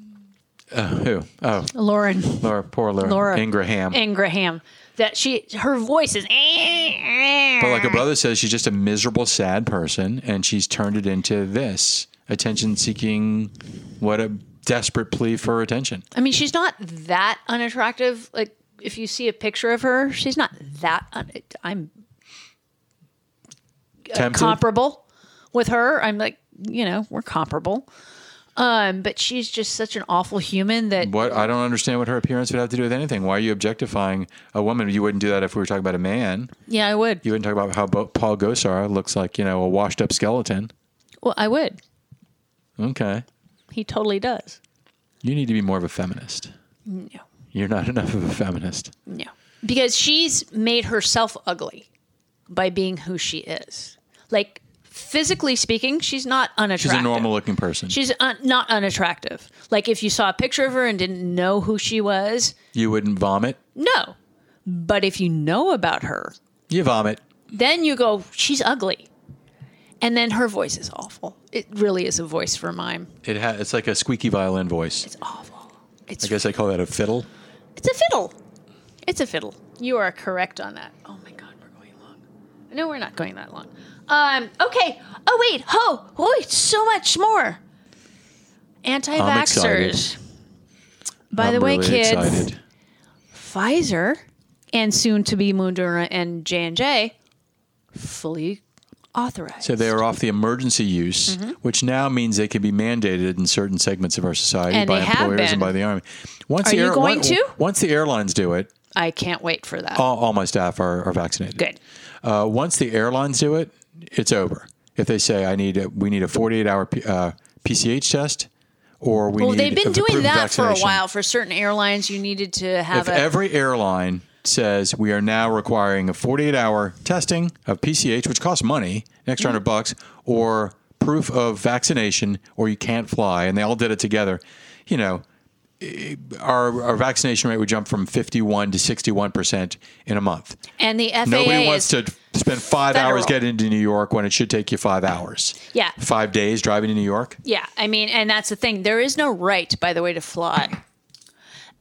Speaker 3: Who? Oh,
Speaker 2: Lauren.
Speaker 3: Laura, poor Laura,
Speaker 2: Laura
Speaker 3: Ingraham.
Speaker 2: Ingraham. That she her voice is
Speaker 3: but like her brother says, she's just a miserable, sad person, and she's turned it into this. attention seeking, what a desperate plea for attention.
Speaker 2: I mean, she's not that unattractive. Like, if you see a picture of her, she's not that. Un- I'm
Speaker 3: Tempted?
Speaker 2: comparable with her. I'm like, you know, we're comparable. Um, but she's just such an awful human that
Speaker 3: What I don't understand what her appearance would have to do with anything. Why are you objectifying a woman? You wouldn't do that if we were talking about a man.
Speaker 2: yeah, I would.
Speaker 3: You wouldn't talk about how Bo- Paul Gosar looks like, you know, a washed up skeleton.
Speaker 2: Well, I would.
Speaker 3: Okay.
Speaker 2: He totally does.
Speaker 3: You need to be more of a feminist.
Speaker 2: No,
Speaker 3: You're not enough of a feminist.
Speaker 2: no, because she's made herself ugly by being who she is. Like physically speaking, she's not
Speaker 3: She's
Speaker 2: unattractive.
Speaker 3: a normal looking person.
Speaker 2: She's un- not unattractive. Like if you saw a picture of her and didn't know who she was,
Speaker 3: you wouldn't vomit.
Speaker 2: no. But if you know about her,
Speaker 3: You vomit.
Speaker 2: then you go, she's ugly. And then her voice is awful. It really is a voice for mime.
Speaker 3: It ha- it's like a squeaky violin voice.
Speaker 2: It's awful. It's
Speaker 3: I guess I call that a fiddle.
Speaker 2: it's a fiddle. It's a fiddle. You are correct on that. Oh my god, we're going long. No, we're not going that long. Um, okay. Oh wait, ho, wait, so much more. Anti-vaxxers. By
Speaker 3: I'm
Speaker 2: the way,
Speaker 3: really
Speaker 2: kids,
Speaker 3: excited.
Speaker 2: Pfizer and soon to be Moderna and J&J fully authorized.
Speaker 3: So they are off the emergency use,
Speaker 2: Mm-hmm.
Speaker 3: which now means they can be mandated in certain segments of our society
Speaker 2: And
Speaker 3: by
Speaker 2: they have
Speaker 3: employers
Speaker 2: been.
Speaker 3: and by the army. Once
Speaker 2: Are
Speaker 3: the
Speaker 2: you going
Speaker 3: on-
Speaker 2: to?
Speaker 3: Once the airlines do it,
Speaker 2: I can't wait for that.
Speaker 3: all, all my staff are, are vaccinated.
Speaker 2: Good.
Speaker 3: Uh, once the airlines do it, it's over. If they say I need a, we need a 48 hour P, uh, PCH test, or we
Speaker 2: Well,
Speaker 3: need
Speaker 2: they've
Speaker 3: a
Speaker 2: been doing
Speaker 3: proof of
Speaker 2: that for a
Speaker 3: vaccination.
Speaker 2: while. For certain airlines, you needed to have
Speaker 3: If
Speaker 2: a
Speaker 3: every airline says we are now requiring a 48 hour testing of PCH, which costs money, an extra hundred bucks, or proof of vaccination, or you can't fly, and they all did it together, you know, eh, our, our vaccination rate would jump from 51 to 61 percent in a month.
Speaker 2: and the FAA
Speaker 3: Nobody wants
Speaker 2: is,
Speaker 3: to spend five hours
Speaker 2: federal.
Speaker 3: getting into New York when it should take you five hours.
Speaker 2: Yeah.
Speaker 3: Five days driving to New York.
Speaker 2: Yeah, I mean, and that's the thing. There is no right, by the way, to fly.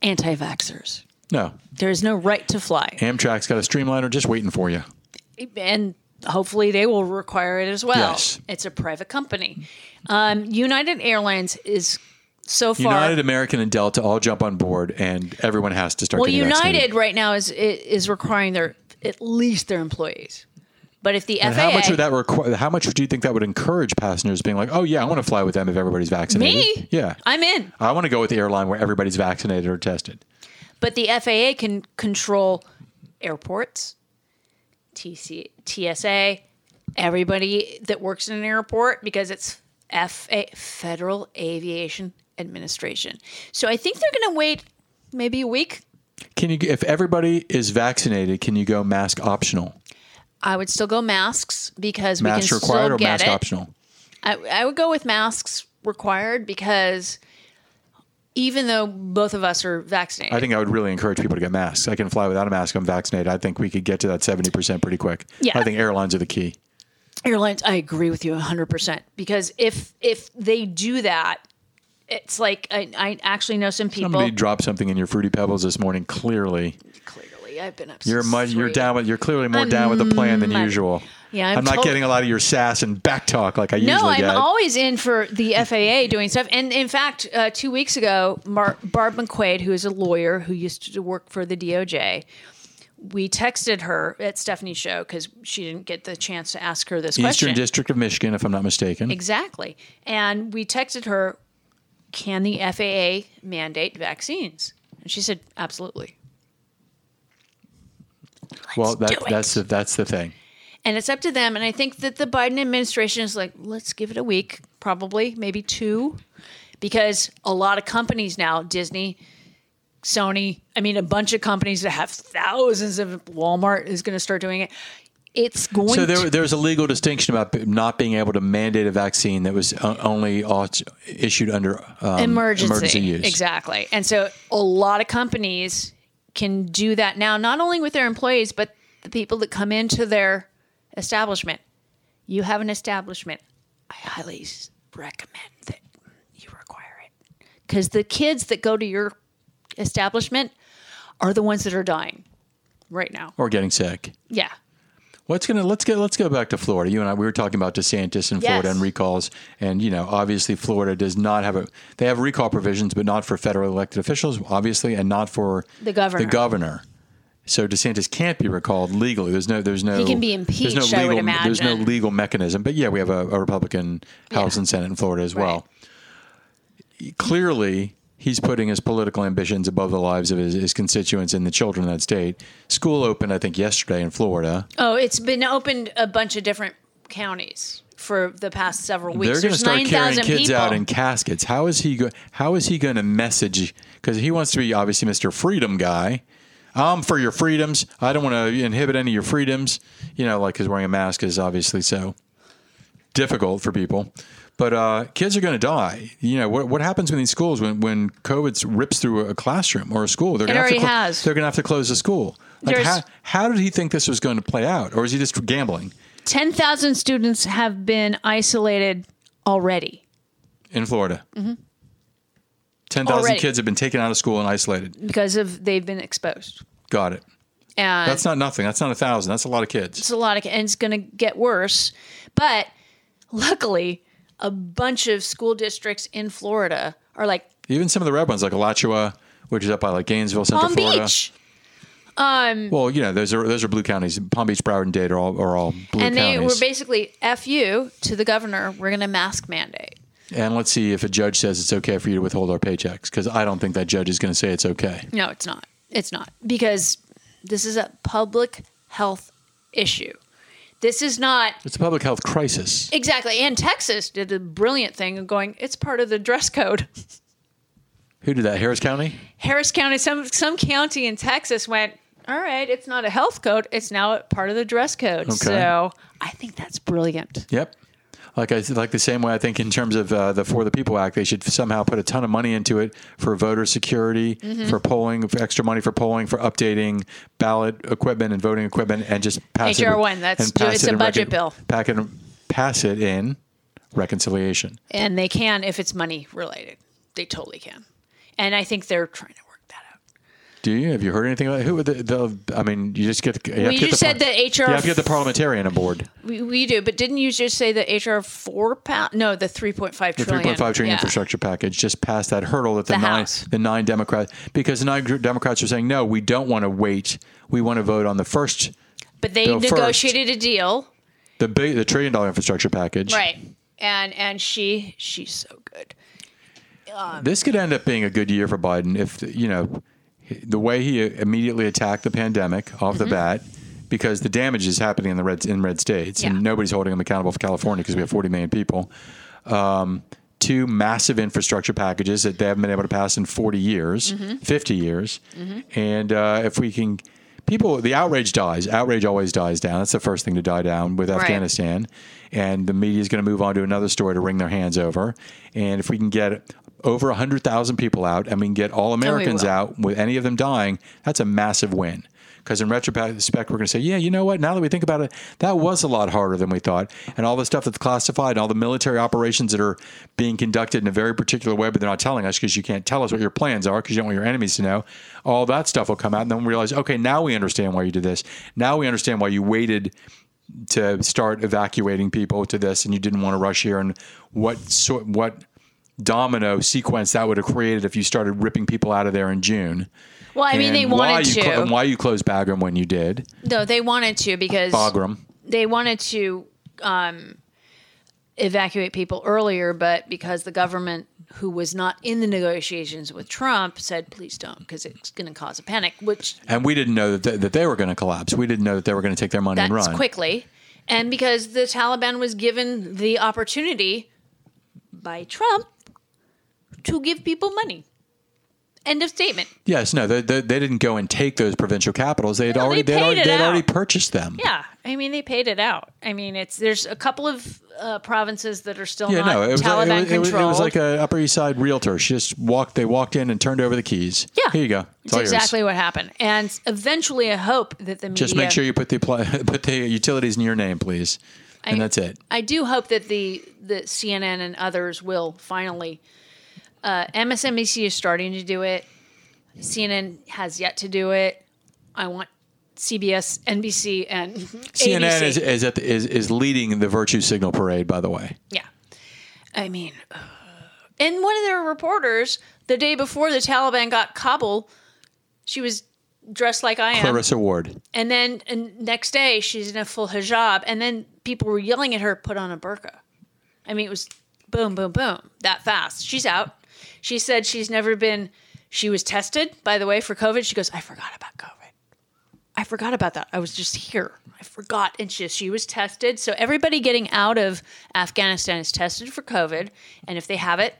Speaker 2: Anti-vaxxers.
Speaker 3: No.
Speaker 2: There is no right to fly,
Speaker 3: Amtrak's got a streamliner just waiting for you.
Speaker 2: and hopefully they will require it as well.
Speaker 3: Yes.
Speaker 2: It's a private company. Um, United Airlines is so far.
Speaker 3: United, American, and Delta all jump on board, and everyone has to start.
Speaker 2: Well,
Speaker 3: getting
Speaker 2: United
Speaker 3: vaccinated.
Speaker 2: right now is is requiring their at least their employees. But if the
Speaker 3: And
Speaker 2: FAA,
Speaker 3: how much would that require? How much do you think that would encourage passengers being like, "Oh yeah, I want to fly with them if everybody's vaccinated."
Speaker 2: me,
Speaker 3: yeah,
Speaker 2: I'm in.
Speaker 3: I want to go with the airline where everybody's vaccinated or tested.
Speaker 2: But the FAA can control airports, TC, TSA, everybody that works in an airport because it's FA, Federal Aviation Administration. So I think they're going to wait maybe a week.
Speaker 3: Can you, if everybody is vaccinated, can you go mask optional?
Speaker 2: I would still go masks because we
Speaker 3: Mask
Speaker 2: can
Speaker 3: required
Speaker 2: still
Speaker 3: or
Speaker 2: get
Speaker 3: mask
Speaker 2: it.
Speaker 3: optional?
Speaker 2: I, I would go with masks required because even though both of us are vaccinated,
Speaker 3: I think I would really encourage people to get masks. I can fly without a mask. I'm vaccinated. I think we could get to that seventy percent pretty quick.
Speaker 2: Yeah.
Speaker 3: I think airlines are the key.
Speaker 2: airlines i agree with you 100% because if if they do that it's like i, I actually know some people
Speaker 3: Somebody dropped something in your fruity pebbles this morning. Clearly,
Speaker 2: clearly i've been up
Speaker 3: You're
Speaker 2: since
Speaker 3: mu- you're
Speaker 2: three.
Speaker 3: down with you're clearly more down with the plan than usual.
Speaker 2: Yeah, I'm
Speaker 3: not
Speaker 2: tot-
Speaker 3: getting a lot of your sass and backtalk like I
Speaker 2: no
Speaker 3: usually
Speaker 2: i'm
Speaker 3: get.
Speaker 2: always in for the faa doing stuff and in fact uh, two weeks ago Mar- barb mcquaid who is a lawyer who used to work for the doj we texted her at stephanie's show because she didn't get the chance to ask her this
Speaker 3: Eastern
Speaker 2: question
Speaker 3: District of Michigan, if I'm not mistaken.
Speaker 2: Exactly. And we texted her, can the FAA mandate vaccines? And she said, absolutely.
Speaker 3: well, that,
Speaker 2: do it.
Speaker 3: that's the that's the thing.
Speaker 2: And it's up to them. And I think that the Biden administration is like, let's give it a week, probably, maybe two, because a lot of companies now, Disney, Sony, I mean, a bunch of companies that have thousands of Walmart is going to start doing it. It's going to
Speaker 3: So there, there's a legal distinction about b- not being able to mandate a vaccine that was o- only aut- issued under um,
Speaker 2: emergency.
Speaker 3: use.
Speaker 2: Exactly. And so a lot of companies can do that now, not only with their employees, but the people that come into their establishment. You have an establishment. I highly s- recommend that you require it because the kids that go to your establishment are the ones that are dying right now.
Speaker 3: Or getting sick.
Speaker 2: Yeah.
Speaker 3: Let's gonna let's get let's go back to Florida. You and I we were talking about DeSantis and Florida
Speaker 2: Yes.
Speaker 3: and recalls, and you know obviously Florida does not have a they have recall provisions, but not for federal elected officials, obviously, and not for
Speaker 2: The governor.
Speaker 3: The governor. So DeSantis can't be recalled legally. There's no there's no
Speaker 2: He can be
Speaker 3: there's
Speaker 2: impeached, I would
Speaker 3: legal- There's no
Speaker 2: imagine.
Speaker 3: legal mechanism, but yeah, we have a, a Republican House and Senate in Florida as well. Clearly, he's putting his political ambitions above the lives of his, his constituents and the children of that state. School opened, I think, yesterday in Florida.
Speaker 2: Oh, it's been opened a bunch of different counties for the past several weeks.
Speaker 3: They're going to
Speaker 2: There's
Speaker 3: start carrying
Speaker 2: 9,000
Speaker 3: kids
Speaker 2: people.
Speaker 3: out in caskets. How is he go- How is he going to message? Because he wants to be obviously Mr. Freedom guy. I'm for your freedoms. I don't want to inhibit any of your freedoms. You know, like because wearing a mask is obviously so difficult for people. But uh, kids are going to die. You know what? What happens in these schools when when COVID rips through a classroom or a school? They're
Speaker 2: It
Speaker 3: gonna have to
Speaker 2: already
Speaker 3: clo-
Speaker 2: has.
Speaker 3: They're going to have to close the school. Like
Speaker 2: There's-
Speaker 3: how, how did he think this was going to play out, or is he just gambling
Speaker 2: 10,000 students have been isolated already.
Speaker 3: in Florida? Ten thousand
Speaker 2: Mm-hmm. Already.
Speaker 3: kids have been taken out of school and isolated.
Speaker 2: because of they've been exposed.
Speaker 3: Got it.
Speaker 2: And
Speaker 3: That's not nothing. That's not a thousand. That's a lot of kids.
Speaker 2: it's a lot of, and it's going to get worse. But luckily, a bunch of school districts in Florida are like
Speaker 3: Even some of the red ones, like Alachua, which is up by like Gainesville, Central
Speaker 2: Palm
Speaker 3: Florida.
Speaker 2: Beach, Um,
Speaker 3: Well, you know, those are those are blue counties. Palm Beach, Broward, and Dade are all are all blue
Speaker 2: and they were
Speaker 3: counties.
Speaker 2: basically "fu" to the governor. We're going to mask mandate.
Speaker 3: and let's see if a judge says it's okay for you to withhold our paychecks, because I don't think that judge is going to say it's okay.
Speaker 2: No, it's not. It's not because this is a public health issue. This is not
Speaker 3: It's a public health crisis.
Speaker 2: exactly. And Texas did a brilliant thing of going. It's part of the dress code.
Speaker 3: Who did that? Harris County.
Speaker 2: Harris County, some some county in Texas went, all right, it's not a health code, it's now part of the dress code. So I think that's brilliant.
Speaker 3: Yep. Like I like the same way I think in terms of uh, the For the People Act, they should somehow put a ton of money into it for voter security,
Speaker 2: Mm-hmm.
Speaker 3: for polling, for extra money for polling, for updating ballot equipment and voting equipment, and just pass it.
Speaker 2: HR one, that's-
Speaker 3: and pass
Speaker 2: it's
Speaker 3: it
Speaker 2: a
Speaker 3: in
Speaker 2: budget
Speaker 3: recon-
Speaker 2: bill.
Speaker 3: Pack it, pass it in reconciliation.
Speaker 2: And they can if it's money related. They totally can. And I think they're trying to work that out.
Speaker 3: Do you have you heard anything about who? The, the, I mean, you just get. You, have
Speaker 2: Well,
Speaker 3: to
Speaker 2: you
Speaker 3: get
Speaker 2: just
Speaker 3: the,
Speaker 2: said
Speaker 3: par-
Speaker 2: that HR
Speaker 3: You have to get the parliamentarian aboard.
Speaker 2: We, we do, but didn't you just say the HR four pound no, the three point five
Speaker 3: the
Speaker 2: trillion.
Speaker 3: 3.5 trillion
Speaker 2: Yeah.
Speaker 3: infrastructure package just passed that hurdle that the,
Speaker 2: The
Speaker 3: nine
Speaker 2: House.
Speaker 3: the nine Democrats because the nine gr- Democrats are saying no, we don't want to wait. We want to vote on the first
Speaker 2: But they
Speaker 3: Bill first.
Speaker 2: negotiated a deal.
Speaker 3: the big the trillion dollar infrastructure package.
Speaker 2: Right. And and she she's so good.
Speaker 3: This could end up being a good year for Biden if you know the way he immediately attacked the pandemic off the bat. Because the damage is happening in the red in red states,
Speaker 2: Yeah.
Speaker 3: and nobody's holding them accountable for California because we have 40 million people. Um, two massive infrastructure packages that they haven't been able to pass in 40 years, 50 years, and uh, if we can, people, the outrage dies. Outrage always dies down. That's the first thing to die down with Afghanistan, and the media is going to move on to another story to wring their hands over. And if we can get over 100,000 people out and we can get all Americans
Speaker 2: will.
Speaker 3: out with any of them dying, that's a massive win. Because in retrospect, we're going to say, yeah, you know what? Now that we think about it, that was a lot harder than we thought. And all the stuff that's classified and all the military operations that are being conducted in a very particular way, but they're not telling us because you can't tell us what your plans are because you don't want your enemies to know. All that stuff will come out. And then we realize, okay, now we understand why you did this. Now we understand why you waited to start evacuating people to this and you didn't want to rush here and what sort what domino sequence that would have created if you started ripping people out of there in June.
Speaker 2: Well, I mean they
Speaker 3: And why
Speaker 2: wanted to.
Speaker 3: you clo- and why you closed Bagram when you did.
Speaker 2: No, they wanted to because
Speaker 3: Bagram.
Speaker 2: they wanted to um, evacuate people earlier, but because the government, who was not in the negotiations with Trump, said, please don't, because it's going to cause a panic, which
Speaker 3: And we didn't know that they, that they were going to collapse. We didn't know that they were going to take their money
Speaker 2: that's
Speaker 3: and run.
Speaker 2: quickly. And because the Taliban was given the opportunity by Trump to give people money. End of statement.
Speaker 3: Yes, no, they, they, they didn't go and take those provincial capitals. They had
Speaker 2: No,
Speaker 3: already
Speaker 2: they
Speaker 3: they'd
Speaker 2: paid
Speaker 3: already,
Speaker 2: it
Speaker 3: they'd
Speaker 2: out.
Speaker 3: already purchased them.
Speaker 2: Yeah, I mean they paid it out. I mean it's there's a couple of uh, provinces that are still
Speaker 3: Yeah,
Speaker 2: not
Speaker 3: no, it was, it, was,
Speaker 2: Taliban
Speaker 3: it, was, it
Speaker 2: controlled.
Speaker 3: was like a Upper East Side realtor. She just walked. They walked in and turned over the keys.
Speaker 2: Yeah.
Speaker 3: here you go. It's
Speaker 2: It's
Speaker 3: all yours.
Speaker 2: exactly what happened. And eventually, I hope that the media.
Speaker 3: Just make sure you put the apply, put the utilities in your name, please, and that's it.
Speaker 2: I do hope that the the CNN and others will finally. Uh, MSNBC is starting to do it. CNN has yet to do it. I want CBS, NBC, and CNN
Speaker 3: CNN is, is at the, is is leading the virtue signal parade. By the way,
Speaker 2: Yeah. I mean, uh, and one of their reporters, the day before the Taliban got Kabul, she was dressed like I am.
Speaker 3: Clarissa Ward.
Speaker 2: And then and next day, she's in a full hijab. And then people were yelling at her, put on a burqa. I mean, it was boom, boom, boom, that fast. She's out. She said she's never been, she was tested, by the way, for COVID. She goes, I forgot about COVID. I forgot about that. I was just here. I forgot. And she, she was tested. So everybody getting out of Afghanistan is tested for COVID. And if they have it,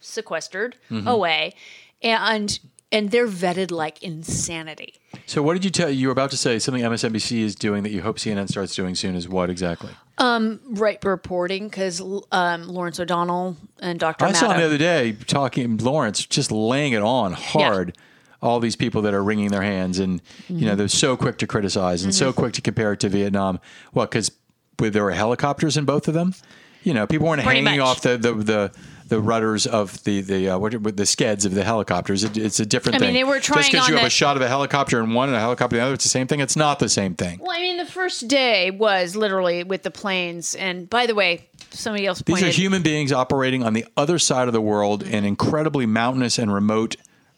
Speaker 2: sequestered away. And and they're vetted like insanity.
Speaker 3: So what did you tell? You were about to say something MSNBC is doing that you hope CNN starts doing soon. Is what exactly?
Speaker 2: Right reporting because um, Lawrence O'Donnell and Dr.
Speaker 3: Oh, I saw him the
Speaker 2: Maddow.
Speaker 3: other day talking Lawrence just laying it on hard. All these people that are wringing their hands and you
Speaker 2: Mm-hmm.
Speaker 3: know they're so quick to criticize and so quick to compare it to Vietnam. What because there were helicopters in both of them. You know people weren't
Speaker 2: Pretty
Speaker 3: hanging
Speaker 2: much.
Speaker 3: off the the. the the rudders of the the uh, what are- the skeds of the helicopters. It, it's a different
Speaker 2: I
Speaker 3: thing.
Speaker 2: mean, they were
Speaker 3: just
Speaker 2: trying
Speaker 3: because
Speaker 2: on
Speaker 3: you have
Speaker 2: the-
Speaker 3: a shot of a helicopter in one and a helicopter in the other. It's the same thing. It's not the same thing.
Speaker 2: Well, I mean, the first day was literally with the planes. And by the way, somebody else
Speaker 3: These
Speaker 2: pointed.
Speaker 3: are human beings operating on the other side of the world in incredibly mountainous and remote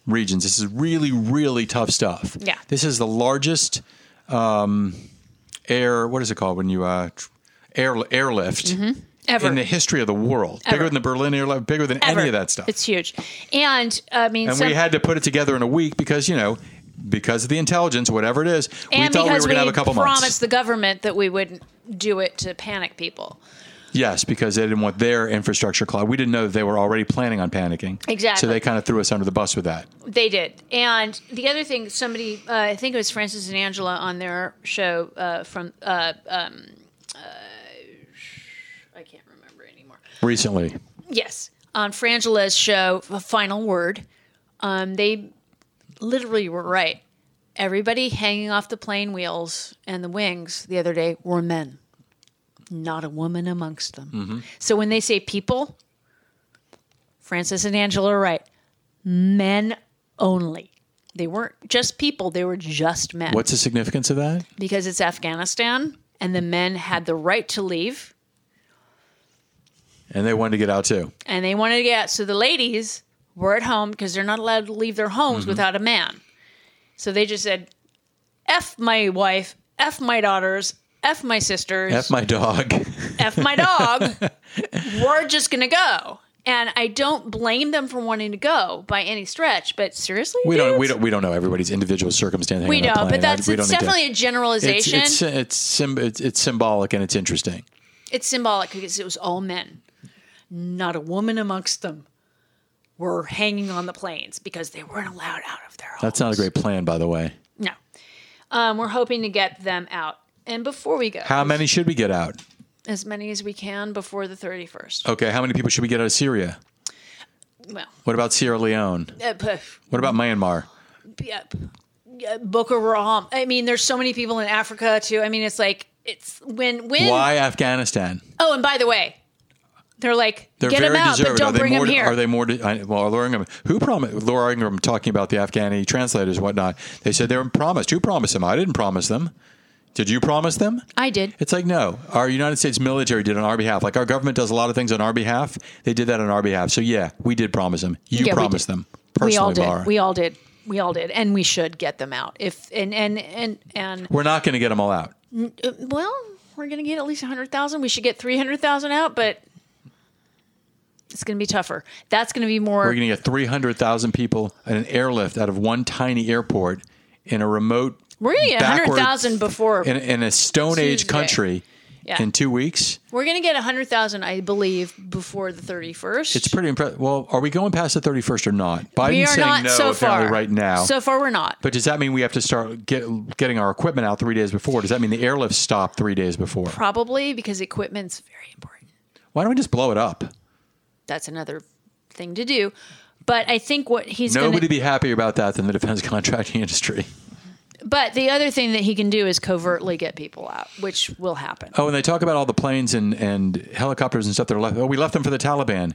Speaker 3: regions. This is really, really tough stuff.
Speaker 2: Yeah.
Speaker 3: This is the largest um, air, what is it called when you uh, tr- air, airlift
Speaker 2: Mm-hmm. Ever.
Speaker 3: in the history of the world? Bigger than the Berlin airlift, bigger than any of that stuff.
Speaker 2: It's huge. And uh, I mean,
Speaker 3: and
Speaker 2: some-
Speaker 3: we had to put it together in a week because, you know, because of the intelligence, whatever it is, we
Speaker 2: and
Speaker 3: thought we were
Speaker 2: because
Speaker 3: going to have a couple
Speaker 2: promised
Speaker 3: months.
Speaker 2: the government that we wouldn't do it to panic people.
Speaker 3: Yes, because they didn't want their infrastructure cloud. We didn't know that they were already planning on panicking.
Speaker 2: Exactly.
Speaker 3: So they kind of threw us under the bus with that.
Speaker 2: They did. And the other thing, somebody, uh, I think it was Francis and Angela on their show uh, from, uh, um, uh, I can't remember anymore.
Speaker 3: Recently,
Speaker 2: Yes, on Frangela's show, F- Final Word, um, they literally were right. Everybody hanging off the plane wheels and the wings the other day were men, not a woman amongst them. So when they say people, Francis and Angela are right. Men only. They weren't just people, they were just men.
Speaker 3: what's the significance of that?
Speaker 2: because it's Afghanistan and the men had the right to leave
Speaker 3: And they wanted to get out too.
Speaker 2: and they wanted to get so the ladies were at home because they're not allowed to leave their
Speaker 3: Mm-hmm.
Speaker 2: homes without a man. So they just said, "F my wife, f my daughters, f my sisters,
Speaker 3: F my dog.
Speaker 2: F my dog. We're just gonna go." And I don't blame them for wanting to go by any stretch, but seriously,
Speaker 3: We don't. We
Speaker 2: dudes?
Speaker 3: don't. We don't know everybody's individual circumstance.
Speaker 2: We
Speaker 3: hanging on
Speaker 2: don't,
Speaker 3: that
Speaker 2: but
Speaker 3: plane. I-
Speaker 2: that's
Speaker 3: we
Speaker 2: it's
Speaker 3: don't need to-
Speaker 2: definitely a
Speaker 3: It's
Speaker 2: generalization.
Speaker 3: it's it's, symb- it's it's symbolic and it's interesting.
Speaker 2: It's symbolic because it was all men, not a woman amongst them. Were hanging on the planes because they weren't allowed out of their homes.
Speaker 3: That's not a great plan, by the way.
Speaker 2: No. Um, we're hoping to get them out. And before we go,
Speaker 3: How many should we get out?
Speaker 2: as many as we can before the 31st.
Speaker 3: Okay, how many people should we get out of Syria?
Speaker 2: Well,
Speaker 3: What about Sierra Leone?
Speaker 2: uh, p-
Speaker 3: What about Myanmar?
Speaker 2: yeah, p- yeah, Boko Haram. I mean, there's so many people in Africa, too. I mean, it's like, it's when, when,
Speaker 3: Why Afghanistan?
Speaker 2: oh, and by the way, they're like,
Speaker 3: They're
Speaker 2: get
Speaker 3: very
Speaker 2: them out, but
Speaker 3: deserved.
Speaker 2: don't
Speaker 3: are they
Speaker 2: bring
Speaker 3: more,
Speaker 2: them here.
Speaker 3: Are they more? De- I, well, Laura Ingram. Who promised? Laura Ingram talking about the Afghani translators and whatnot. They said they were promised. Who promised them? I didn't promise them. Did you promise them?
Speaker 2: I did.
Speaker 3: It's like no. Our United States military did on our behalf. Like our government does a lot of things on our behalf. They did that on our behalf. So yeah, we did promise them. You
Speaker 2: Yeah, we
Speaker 3: promised
Speaker 2: did.
Speaker 3: them
Speaker 2: We
Speaker 3: personally,
Speaker 2: all did.
Speaker 3: Laura.
Speaker 2: We all did. We all did. And we should get them out. If, and, and, and, and,
Speaker 3: We're not going to get them all out.
Speaker 2: Uh, well, we're going to get at least 100,000. We should get 300,000 out, but it's going to be tougher. That's going to be more.
Speaker 3: We're going to get three hundred thousand people in an airlift out of one tiny airport in a remote.
Speaker 2: We're gonna get
Speaker 3: backward-
Speaker 2: 100,000 before-
Speaker 3: in, in a Stone Age
Speaker 2: Tuesday.
Speaker 3: country.
Speaker 2: Yeah.
Speaker 3: In two weeks.
Speaker 2: we're going to get 100,000, I believe, before the 31st.
Speaker 3: It's pretty impressive. Well, are we going past the 31st or not? Biden's
Speaker 2: we are
Speaker 3: saying
Speaker 2: not
Speaker 3: no
Speaker 2: so
Speaker 3: apparently
Speaker 2: far
Speaker 3: right now.
Speaker 2: So far, we're not.
Speaker 3: but does that mean we have to start get, getting our equipment out three days before? Does that mean the airlift stopped three days before?
Speaker 2: Probably because equipment's very important.
Speaker 3: Why don't we just blow it up?
Speaker 2: That's another thing to do. But I think what he's
Speaker 3: Nobody
Speaker 2: going to.
Speaker 3: be happier about that than the defense contracting industry.
Speaker 2: But the other thing that he can do is covertly get people out, which will happen.
Speaker 3: Oh, and they talk about all the planes and, and helicopters and stuff that are left. Oh, we left them for the Taliban.